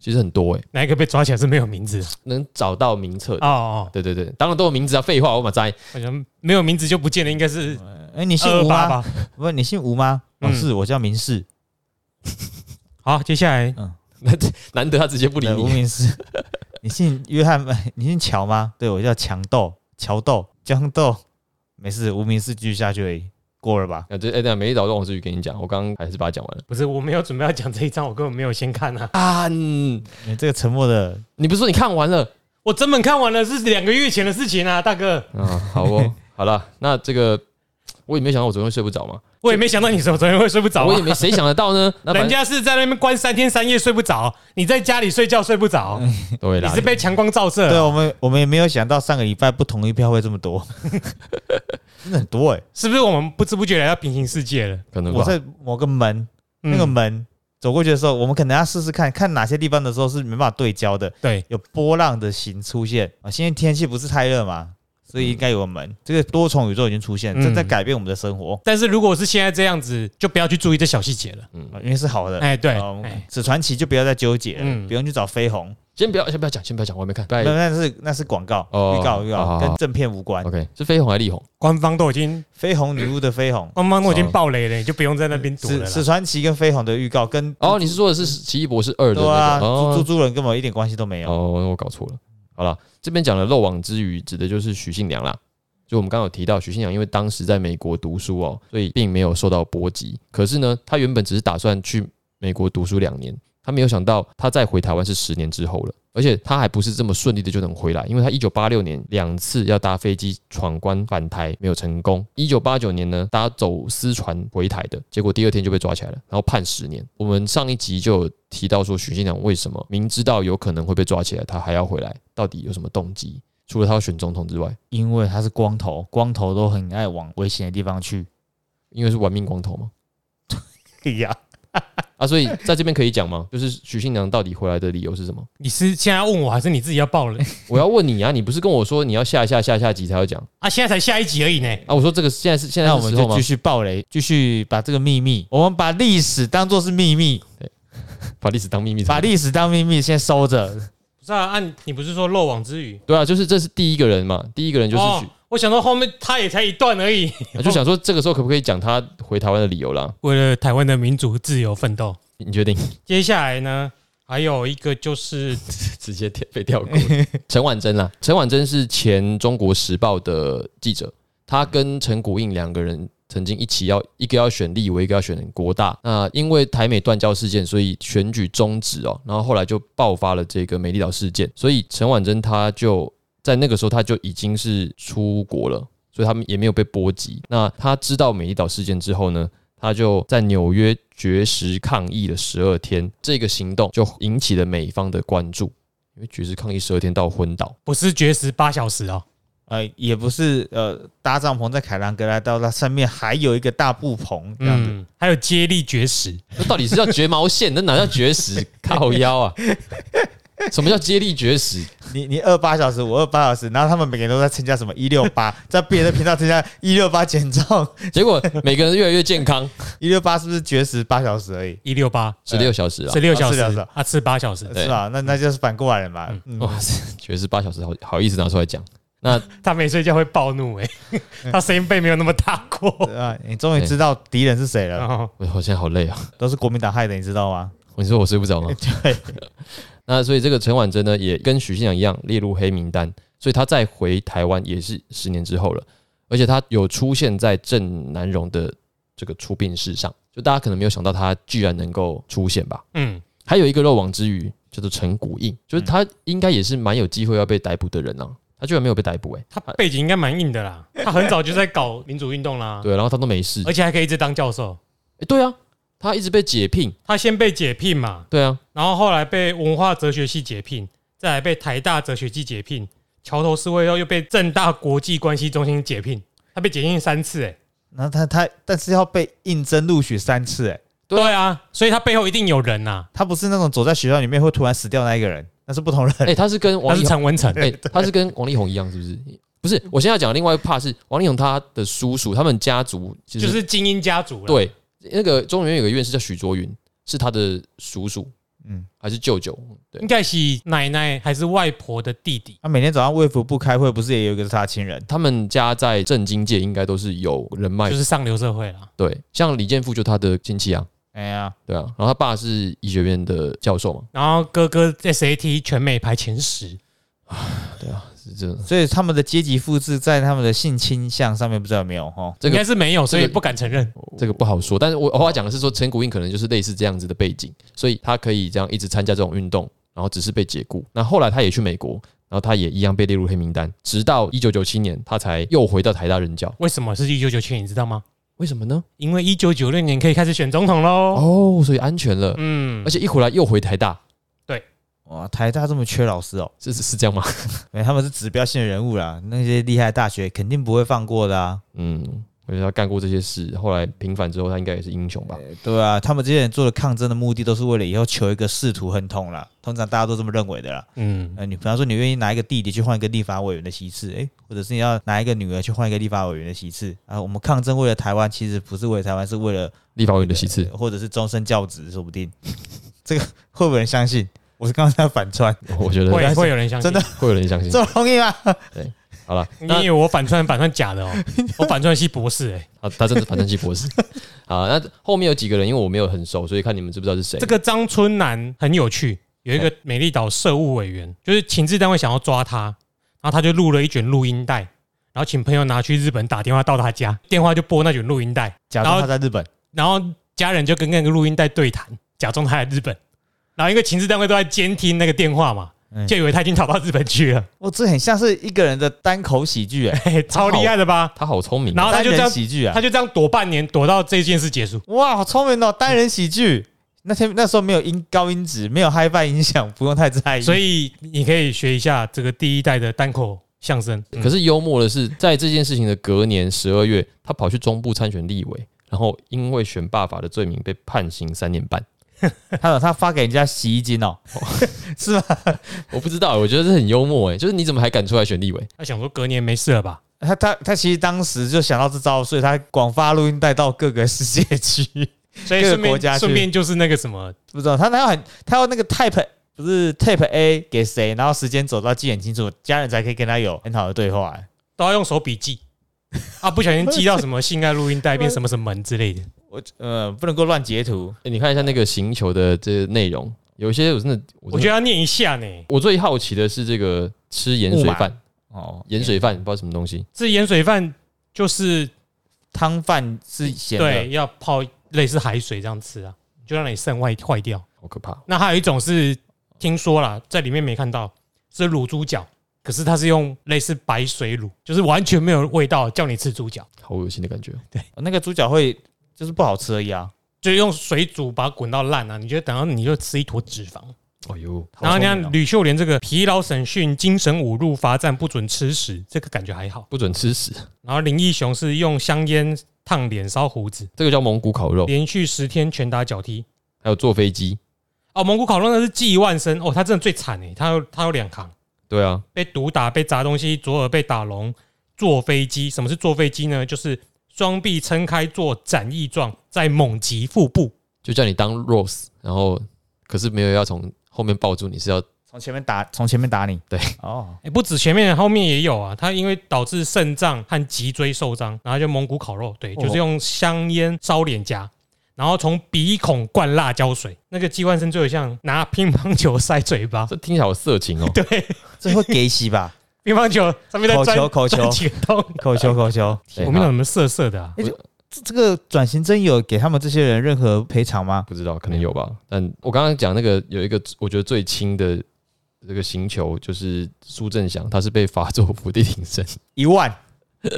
Speaker 1: 其实很多诶、欸
Speaker 2: 哪一个被抓起来是没有名字的？
Speaker 1: 能找到名册
Speaker 3: 呃
Speaker 1: 的。
Speaker 2: 哦哦，
Speaker 1: 对对对，当然都有名字啊，废话，我马在
Speaker 2: 好像没有名字就不见了，应该是
Speaker 3: 哎，你姓
Speaker 2: 二
Speaker 3: 吴
Speaker 2: 八
Speaker 3: 吗？
Speaker 2: 吧？
Speaker 3: 不是，你姓吴吗？哦，
Speaker 2: 嗯
Speaker 3: 是我叫明世，
Speaker 2: 好，接下来
Speaker 1: 难得他直接不理
Speaker 3: 对吴
Speaker 1: 你。
Speaker 3: 明世。你姓约翰？ 你姓乔吗？对，我叫强豆，乔豆，江豆。没事，无名氏继续下去而已，过了吧？
Speaker 1: 啊，对，哎、对，每一岛都往这里跟你讲，我刚刚还是把它讲完了。
Speaker 2: 不是我没有准备要讲这一章，我根本没有先看啊。
Speaker 1: 啊，
Speaker 3: 你这个沉默的
Speaker 1: 你不是说你看完了
Speaker 2: 我整本看完了，是两个月前的事情啊，大哥。
Speaker 1: 啊？好哦，好了，那这个我也没想到我昨天会睡不着嘛，
Speaker 2: 我也没想到你什么昨天会睡不着、
Speaker 1: 我也
Speaker 2: 啊，
Speaker 1: 没谁想得到呢。那
Speaker 2: 人
Speaker 1: 反正
Speaker 2: 家是在那边关三天三夜睡不着，你在家里睡觉睡不着，
Speaker 1: 对
Speaker 2: 你
Speaker 1: 啦
Speaker 2: 是，被强光照射
Speaker 3: 对哦
Speaker 2: 啊，
Speaker 3: 我们，我们也没有想到上个礼拜不同意票会这么多，真的很多哎、
Speaker 2: 是不是？我们不知不觉来到平行世界了。
Speaker 1: 可能
Speaker 3: 我
Speaker 1: 吧。
Speaker 3: 在某个门，
Speaker 2: 嗯
Speaker 3: 那个门走过去的时候，我们可能要试试看看哪些地方的时候是没办法对焦的，
Speaker 2: 对，
Speaker 3: 有波浪的形出现啊。现在天气不是太热嘛，所以应该有个门。这个多重宇宙已经出
Speaker 2: 嗯
Speaker 3: 现，正在改变我们的生活，
Speaker 2: 但是如果是现在这样子，就不要去注意这小细节了。
Speaker 1: 嗯
Speaker 3: 啊因为是好的。
Speaker 2: 哎，对，
Speaker 3: 啊我们
Speaker 2: 哎，
Speaker 3: 此传奇就不要再纠结了，
Speaker 2: 嗯
Speaker 3: 不用去找绯红，
Speaker 1: 先不要，先不要讲，先不要讲，我还没看。拜
Speaker 3: 那那是那是广告
Speaker 1: 哎哦
Speaker 3: 预告预
Speaker 1: 好好
Speaker 3: 告，
Speaker 1: 好
Speaker 3: 跟正片无关。
Speaker 1: ，OK，是飞鸿还是力鸿？
Speaker 2: 官方都已经，
Speaker 3: 绯红女巫的绯红，
Speaker 2: 官方都已经爆雷了，你就不用在那边读哦了
Speaker 3: 史
Speaker 2: 啦。
Speaker 3: 史传奇跟绯红的预告跟
Speaker 1: 哦，你是说的是《奇异博士二》的
Speaker 3: 对啊，
Speaker 1: 那个？
Speaker 3: 猪
Speaker 1: 哦
Speaker 3: 猪猪人根本一点关系都没有。
Speaker 1: 哦，我搞错了。好了，这边讲的漏网之鱼，指的就是许信良啦。就我们刚刚有提到，许信良因为当时在美国读书哦，所以并没有受到波及。可是呢，他原本只是打算去美国读书两年，他没有想到他再回台湾是十年之后了，而且他还不是这么顺利的就能回来，因为他一九八六年两次要搭飞机闯关返台没有成功，一九八九年呢搭走私船回台的，结果第二天就被抓起来了，然后判十年。我们上一集就有提到说许信良为什么明知道有可能会被抓起来，他还要回来，到底有什么动机？除了他要选总统之外，
Speaker 3: 因为他是光头，光头都很爱往危险的地方去。
Speaker 1: 因为是玩命光头嘛，
Speaker 3: 对呀，
Speaker 1: 啊，所以在这边可以讲吗？ 就是许信良到底回来的理由是什么？
Speaker 2: 你是现在要问我，还是你自己要 爆雷
Speaker 1: 我要问你啊，你不是跟我说你要下下下下集才要讲
Speaker 2: 啊？现在才下一集而已呢。
Speaker 1: 啊？我说这个现在是现在
Speaker 3: 那
Speaker 1: 是
Speaker 3: 我们
Speaker 1: 时候吗
Speaker 3: 就继续暴雷，继续把这个秘密，我们把历史当做是秘密，
Speaker 1: 把历史当秘密
Speaker 3: 把历史当秘密先收着。
Speaker 2: 不是啊，按你不是说漏网之鱼？
Speaker 1: 对啊，就是这是第一个人嘛，第一个人就是许
Speaker 2: 哦，我想到后面他也才一段而已，
Speaker 1: 啊就想说这个时候可不可以讲他回台湾的理由啦？
Speaker 2: 为了台湾的民主自由奋斗。
Speaker 1: 你决定
Speaker 2: 接下来呢，还有一个就是
Speaker 1: 直接跳被跳过。陈婉珍啦，陈婉珍是前《中国时报》的记者，她跟陈谷应两个人曾经一起要一个要选立委，一个要选国大。那因为台美断交事件，所以选举终止哦，然后后来就爆发了这个美丽岛事件，所以陈婉珍她就在那个时候她就已经是出国了。所以他们也没有被波及。那她知道美丽岛事件之后呢，他就在纽约绝食抗议了十二天，这个行动就引起了美方的关注，因为绝食抗议十二天到昏倒，
Speaker 2: 不是绝食八小时哦，
Speaker 3: 呃，也不是呃，搭帐篷在凯兰格拉到它上面还有一个大布棚这样子。
Speaker 2: 嗯，还有接力绝食，
Speaker 1: 那到底是叫绝毛线，那 哪叫绝食？靠腰啊！什么叫接力绝食？
Speaker 3: 你你二八小时，我二八小时，然后他们每个人都在参加什么一六八，在别的频道参加一六八减重，
Speaker 1: 结果每个人越来越健康，
Speaker 3: 一六八是不是绝食八小时而已？
Speaker 2: 一六八
Speaker 1: 十六小时啊
Speaker 2: 十！六小时
Speaker 3: 16小时哦
Speaker 2: 啊，吃八小时，
Speaker 1: 对哦
Speaker 3: 是吧？那那就是反过来了嘛。嗯
Speaker 1: 哇，绝食八小时，好好意思拿出来讲？那
Speaker 2: 他没睡觉会暴怒 哎、他声音被没有那么大过。
Speaker 3: 对啊，你终于知道敌人是谁了，
Speaker 2: 哦
Speaker 1: 我我现在好累啊！
Speaker 3: 都是国民党害的，你知道吗？
Speaker 1: 你说我睡不着吗？
Speaker 3: 对，
Speaker 1: 那所以这个陈婉珍呢，也跟许信良一样列入黑名单，所以她再回台湾也是十年之后了，而且她有出现在郑南荣的这个出殡式上，就大家可能没有想到她居然能够出现吧。
Speaker 2: 嗯，
Speaker 1: 还有一个漏网之鱼叫做陈谷印，就是他应该也是蛮有机会要被逮捕的人啊，他居然没有被逮捕哎、
Speaker 2: 他背景应该蛮硬的啦，他很早就在搞民主运动啦，
Speaker 1: 对，然后他都没事，
Speaker 2: 而且还可以一直当教授。
Speaker 1: 诶对啊，他一直被解聘，
Speaker 2: 他先被解聘嘛，
Speaker 1: 对啊，
Speaker 2: 然后后来被文化哲学系解聘，再来被台大哲学系解聘，桥头示威后又被正大国际关系中心解聘，他被解聘三次哎、
Speaker 3: 然后他他但是要被应征录取三次、欸，哎，
Speaker 1: 对
Speaker 2: 对啊，所以他背后一定有人啊呐、
Speaker 3: 他不是那种走在学校里面会突然死掉那一个人，那是不同人。
Speaker 1: 哎、他是跟
Speaker 2: 他
Speaker 1: 王
Speaker 2: 是
Speaker 1: 力宏，
Speaker 2: 陈文成，
Speaker 1: 哎、他是跟王力宏一样，是不是？不是，我现在要讲的另外一 part 是王力宏他的叔叔，他们家族其实、
Speaker 2: 就是精英家族啦。
Speaker 1: 对那个中原有个院士叫许卓云，是他的叔叔
Speaker 3: 嗯，
Speaker 1: 还是舅舅？对
Speaker 2: 应，该是奶奶还是外婆的弟弟，
Speaker 3: 他每天早上卫福部开会，不是也有一个是他亲人？
Speaker 1: 他们家在政经界应该都是有人脉
Speaker 2: 就，是上流社会啦。
Speaker 1: 对，像李建富就他的亲戚啊，
Speaker 3: 哎呀，
Speaker 1: 对啊，然后他爸是医学院的教授嘛，
Speaker 2: 然后哥哥 SAT 全美排前十，
Speaker 1: 是啊这
Speaker 3: 所以他们的阶级复制在他们的性倾向上面不知道有没有哦？
Speaker 1: 这
Speaker 2: 应
Speaker 1: 个
Speaker 2: 该是没有，所以
Speaker 1: 这个
Speaker 2: 不敢承认。
Speaker 1: 这个不好说，但是我我要讲的是说，陈古印可能就是类似这样子的背景，所以他可以这样一直参加这种运动，然后只是被解雇。那后来他也去美国，然后他也一样被列入黑名单，直到一九九七年他才又回到台大任教。
Speaker 2: 为什么是一九九七？你知道吗？
Speaker 1: 为什么呢？
Speaker 2: 因为一九九六年可以开始选总统喽。
Speaker 1: 哦，所以安全了，
Speaker 2: 嗯
Speaker 1: 而，且一回来又回台大，
Speaker 3: 哇，台大这么缺老师哦？
Speaker 1: 是是是这样吗？
Speaker 3: 哎，他们是指标性的人物啦，那些厉害的大学肯定不会放过的啊。
Speaker 1: 嗯，我觉得他干过这些事，后来平反之后，他应该也是英雄吧？
Speaker 2: 哎
Speaker 3: 对啊，他们这些人做的抗争的目的都是为了以后求一个仕途亨通啦，通常大家都这么认为的啦。
Speaker 2: 嗯，
Speaker 3: 呃，你比方说你愿意拿一个弟弟去换一个立法委员的席次，诶，或者是你要拿一个女儿去换一个立法委员的席次啊。我们抗争为了台湾，其实不是为了台湾，是为了
Speaker 1: 立法委员的席次，
Speaker 3: 或者是终身教职，说不定 这个会不会有人相信？我是刚刚在反串，
Speaker 1: 我觉得
Speaker 2: 哎会
Speaker 3: 但是
Speaker 2: 会有人相信
Speaker 3: 真的。
Speaker 1: 会有人相信。
Speaker 3: 这么容易吗？
Speaker 1: 好了，
Speaker 2: 你
Speaker 1: 那
Speaker 2: 以为我反串反串假的哦？我反串系博士哎、
Speaker 1: 啊，他真的是反正系博士。 好，那后面有几个人，因为我没有很熟，所以看你们知不知道是谁。
Speaker 2: 这个张春南很有趣，有一
Speaker 1: 哎
Speaker 2: 个美丽岛社务委员，就是情治单位想要抓他，然后他就录了一卷录音带，然后请朋友拿去日本打电话到他家，电话就播那卷录音带，
Speaker 3: 假装他在日本，
Speaker 2: 然后家人就跟那个录音带对谈，假装他在日本，然后因为情治单位都在监听那个电话嘛
Speaker 1: 哎
Speaker 3: 嗯，
Speaker 2: 就以为他已经逃到日本去了，
Speaker 3: 我、这很像是一个人的单口喜剧、诶，
Speaker 2: 嘿超厉害的吧？
Speaker 1: 他好聪明哦，
Speaker 2: 然后他
Speaker 3: 单
Speaker 2: 就这样
Speaker 3: 人，喜剧啊
Speaker 2: 他，就这样躲半年，躲到这件事结束。
Speaker 3: 哇，好聪明哦，单人喜剧。那天那时候没有音高音质，没有 HiFi 音响，不用太在
Speaker 1: 哎
Speaker 3: 意。
Speaker 2: 所以你可以学一下这个第一代的单口相声。
Speaker 1: 嗯可是幽默的是，在这件事情的隔年十二月，他跑去中部参选立委，然后因为选罢法的罪名被判刑三年半。
Speaker 3: 他有他发给人家洗 衣精哦，是吗？
Speaker 1: 我不知道，我觉得这很幽默哎、就是你怎么还敢出来选立委？
Speaker 2: 他想说隔年没事了吧？
Speaker 3: 他他他其实当时就想到这招，所以他广发录音带到各个世界 去。
Speaker 2: 所以
Speaker 3: 各个
Speaker 2: 顺
Speaker 3: 国家
Speaker 2: 便
Speaker 3: 去
Speaker 2: 顺便就是那个什么，
Speaker 3: 不知道他他要很他要那个 type 不是 type A 给谁，然后时间走到记得很清楚，家人才可以跟他有很好的对话、欸
Speaker 2: 都要用手笔记啊，不小心记到什么性爱录音带变什么什么门之类的。
Speaker 3: 我呃不能够乱截图，
Speaker 1: 欸你看一下那个行球的这内容，有一些我真的，
Speaker 2: 我
Speaker 1: 我
Speaker 2: 觉
Speaker 1: 觉得
Speaker 2: 得要念一下呢，
Speaker 1: 我最好奇的是这个吃盐水饭，
Speaker 3: 哦，
Speaker 1: 盐水
Speaker 2: 嗯
Speaker 1: 饭不知道什么东西，
Speaker 2: 这盐水饭就是
Speaker 3: 汤饭是咸的
Speaker 2: 对，要泡类似海水这样吃啊，就让你肾坏坏掉。
Speaker 1: 好可怕。
Speaker 2: 那还有一种是听说啦，在里面没看到是卤猪脚，可是它是用类似白水卤，就是完全没有味道，叫你吃猪脚，
Speaker 1: 好恶心的感觉，
Speaker 3: 哦那个猪脚会就是不好吃而已啊。
Speaker 2: 就用水煮把它滚到烂啊，你就等到你就吃一坨脂肪。
Speaker 1: 哎呦，
Speaker 2: 然后你
Speaker 3: 好聪明哦
Speaker 2: 看吕秀莲这个疲劳审讯、精神侮辱、罚站、不准吃屎，这个感觉还好。
Speaker 1: 不准吃屎，
Speaker 2: 然后林义雄是用香烟烫脸、烧胡子，
Speaker 1: 这个叫蒙古烤肉，
Speaker 2: 连续十天拳打脚踢。
Speaker 1: 还有坐飞机，
Speaker 2: 哦，蒙古烤肉那是季万生哦，他真的最惨哎，他有他有两行，
Speaker 1: 对啊，
Speaker 2: 被毒打、被砸东西，左耳被打聋，坐飞机。什么是坐飞机呢？就是双臂撑开做展翼状，再猛击腹部。
Speaker 1: 就叫你当 Rose，然后可是没有要从后面抱住你，是要
Speaker 3: 从前面打，从前面打你。
Speaker 1: 对，
Speaker 3: 哦，
Speaker 2: 哎、不止前面，后面也有啊。他因为导致肾脏和脊椎受伤，然后就蒙古烤肉，对，
Speaker 3: 哦
Speaker 2: 就是用香烟烧脸颊，然后从鼻孔灌辣椒水。那个季万生最有像拿乒乓球塞嘴巴，
Speaker 1: 这听起来好色情哦。
Speaker 2: 对，
Speaker 3: 这会给洗 吧？
Speaker 2: 乒乓球上面再
Speaker 3: 口
Speaker 2: 钻
Speaker 3: 球口球
Speaker 2: 钻几个洞。
Speaker 3: 口球口球，
Speaker 1: 对
Speaker 2: 我们怎么色色的啊？
Speaker 3: 哎这这个转型真有给他们这些人任何赔偿吗？
Speaker 1: 不知道，可能有吧。但我刚刚讲那个有一个，我觉得最轻的这个刑球就是苏正祥，他是被罚做伏地挺身。
Speaker 3: 一万、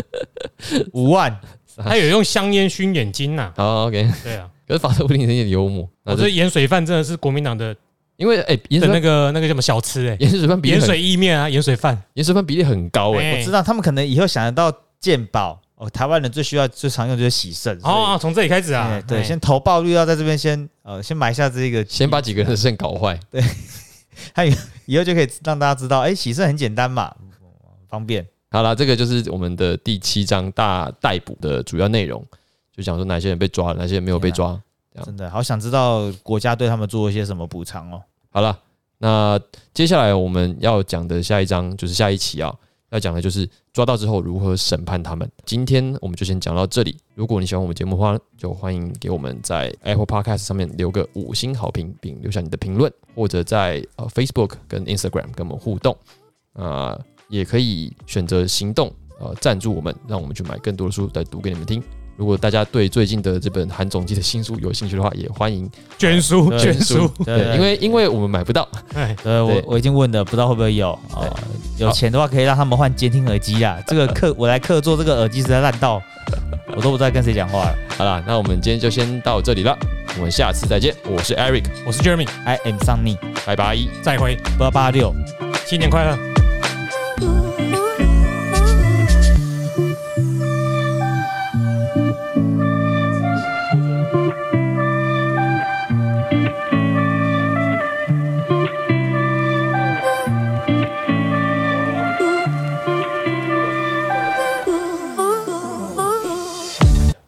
Speaker 3: 五万，
Speaker 2: 他有用香烟熏眼睛呐、
Speaker 1: 好，OK，
Speaker 2: 对 啊，
Speaker 1: 可是罚做伏地挺身也幽默。
Speaker 2: 我
Speaker 1: 那
Speaker 2: 这
Speaker 1: 这
Speaker 2: 盐水饭真的是国民党的
Speaker 1: 因为哎，盐、水
Speaker 2: 的那
Speaker 1: 饭
Speaker 2: 个那个叫什么小吃哎、
Speaker 1: 盐水饭比例
Speaker 2: 盐
Speaker 1: 很
Speaker 2: 水意面啊，盐水饭。
Speaker 3: 哦
Speaker 1: 盐水饭比例很高哎、
Speaker 2: 哎
Speaker 3: 我知道他们可能以后想得到鉴宝，哦，台湾人最需要、最常用就是洗肾。所以
Speaker 2: 哦，从这里开始啊
Speaker 3: 哎，对，
Speaker 2: 哎
Speaker 3: 先投报率要在这边先呃先埋下这个，
Speaker 1: 先把几个人的肾搞坏，
Speaker 3: 以后就可以让大家知道，哎、洗肾很简单嘛，方便。
Speaker 1: 好啦，这个就是我们的第七章大逮捕的主要内容，就讲说哪些人被抓了，哪些人没有被抓。这样
Speaker 3: 真的好想知道国家对他们做一些什么补偿哦。
Speaker 1: 好了，那接下来我们要讲的下一章就是下一期啊，要讲的就是抓到之后如何审判他们。今天我们就先讲到这里。如果你喜欢我们节目的话，就欢迎给我们在 Apple Podcast 上面留个五星好评，并留下你的评论，或者在呃 Facebook 跟 Instagram 跟我们互动。啊、也可以选择行动，呃，赞助我们，让我们去买更多的书来读给你们听。如果大家对最近的这本韩总机的新书有兴趣的话，也欢迎
Speaker 2: 捐书
Speaker 3: 对
Speaker 2: 捐书，
Speaker 1: 对，因为因为我们买不到，
Speaker 2: 哎，
Speaker 3: 呃，我
Speaker 1: 对
Speaker 3: 我已经问了，不知道会不会有哦。有
Speaker 1: 好
Speaker 3: 钱的话可以让他们换监听耳机啦。这个客我来客座，这个耳机实在烂到我都不知道跟谁讲话了。
Speaker 1: 好啦，那我们今天就先到这里了，我们下次再见。我是 Eric，
Speaker 2: 我是 Jeremy，
Speaker 3: I am Sunny，
Speaker 1: 拜拜。
Speaker 2: 再会，
Speaker 3: 八八六。
Speaker 2: 新年快乐。
Speaker 4: Ooh.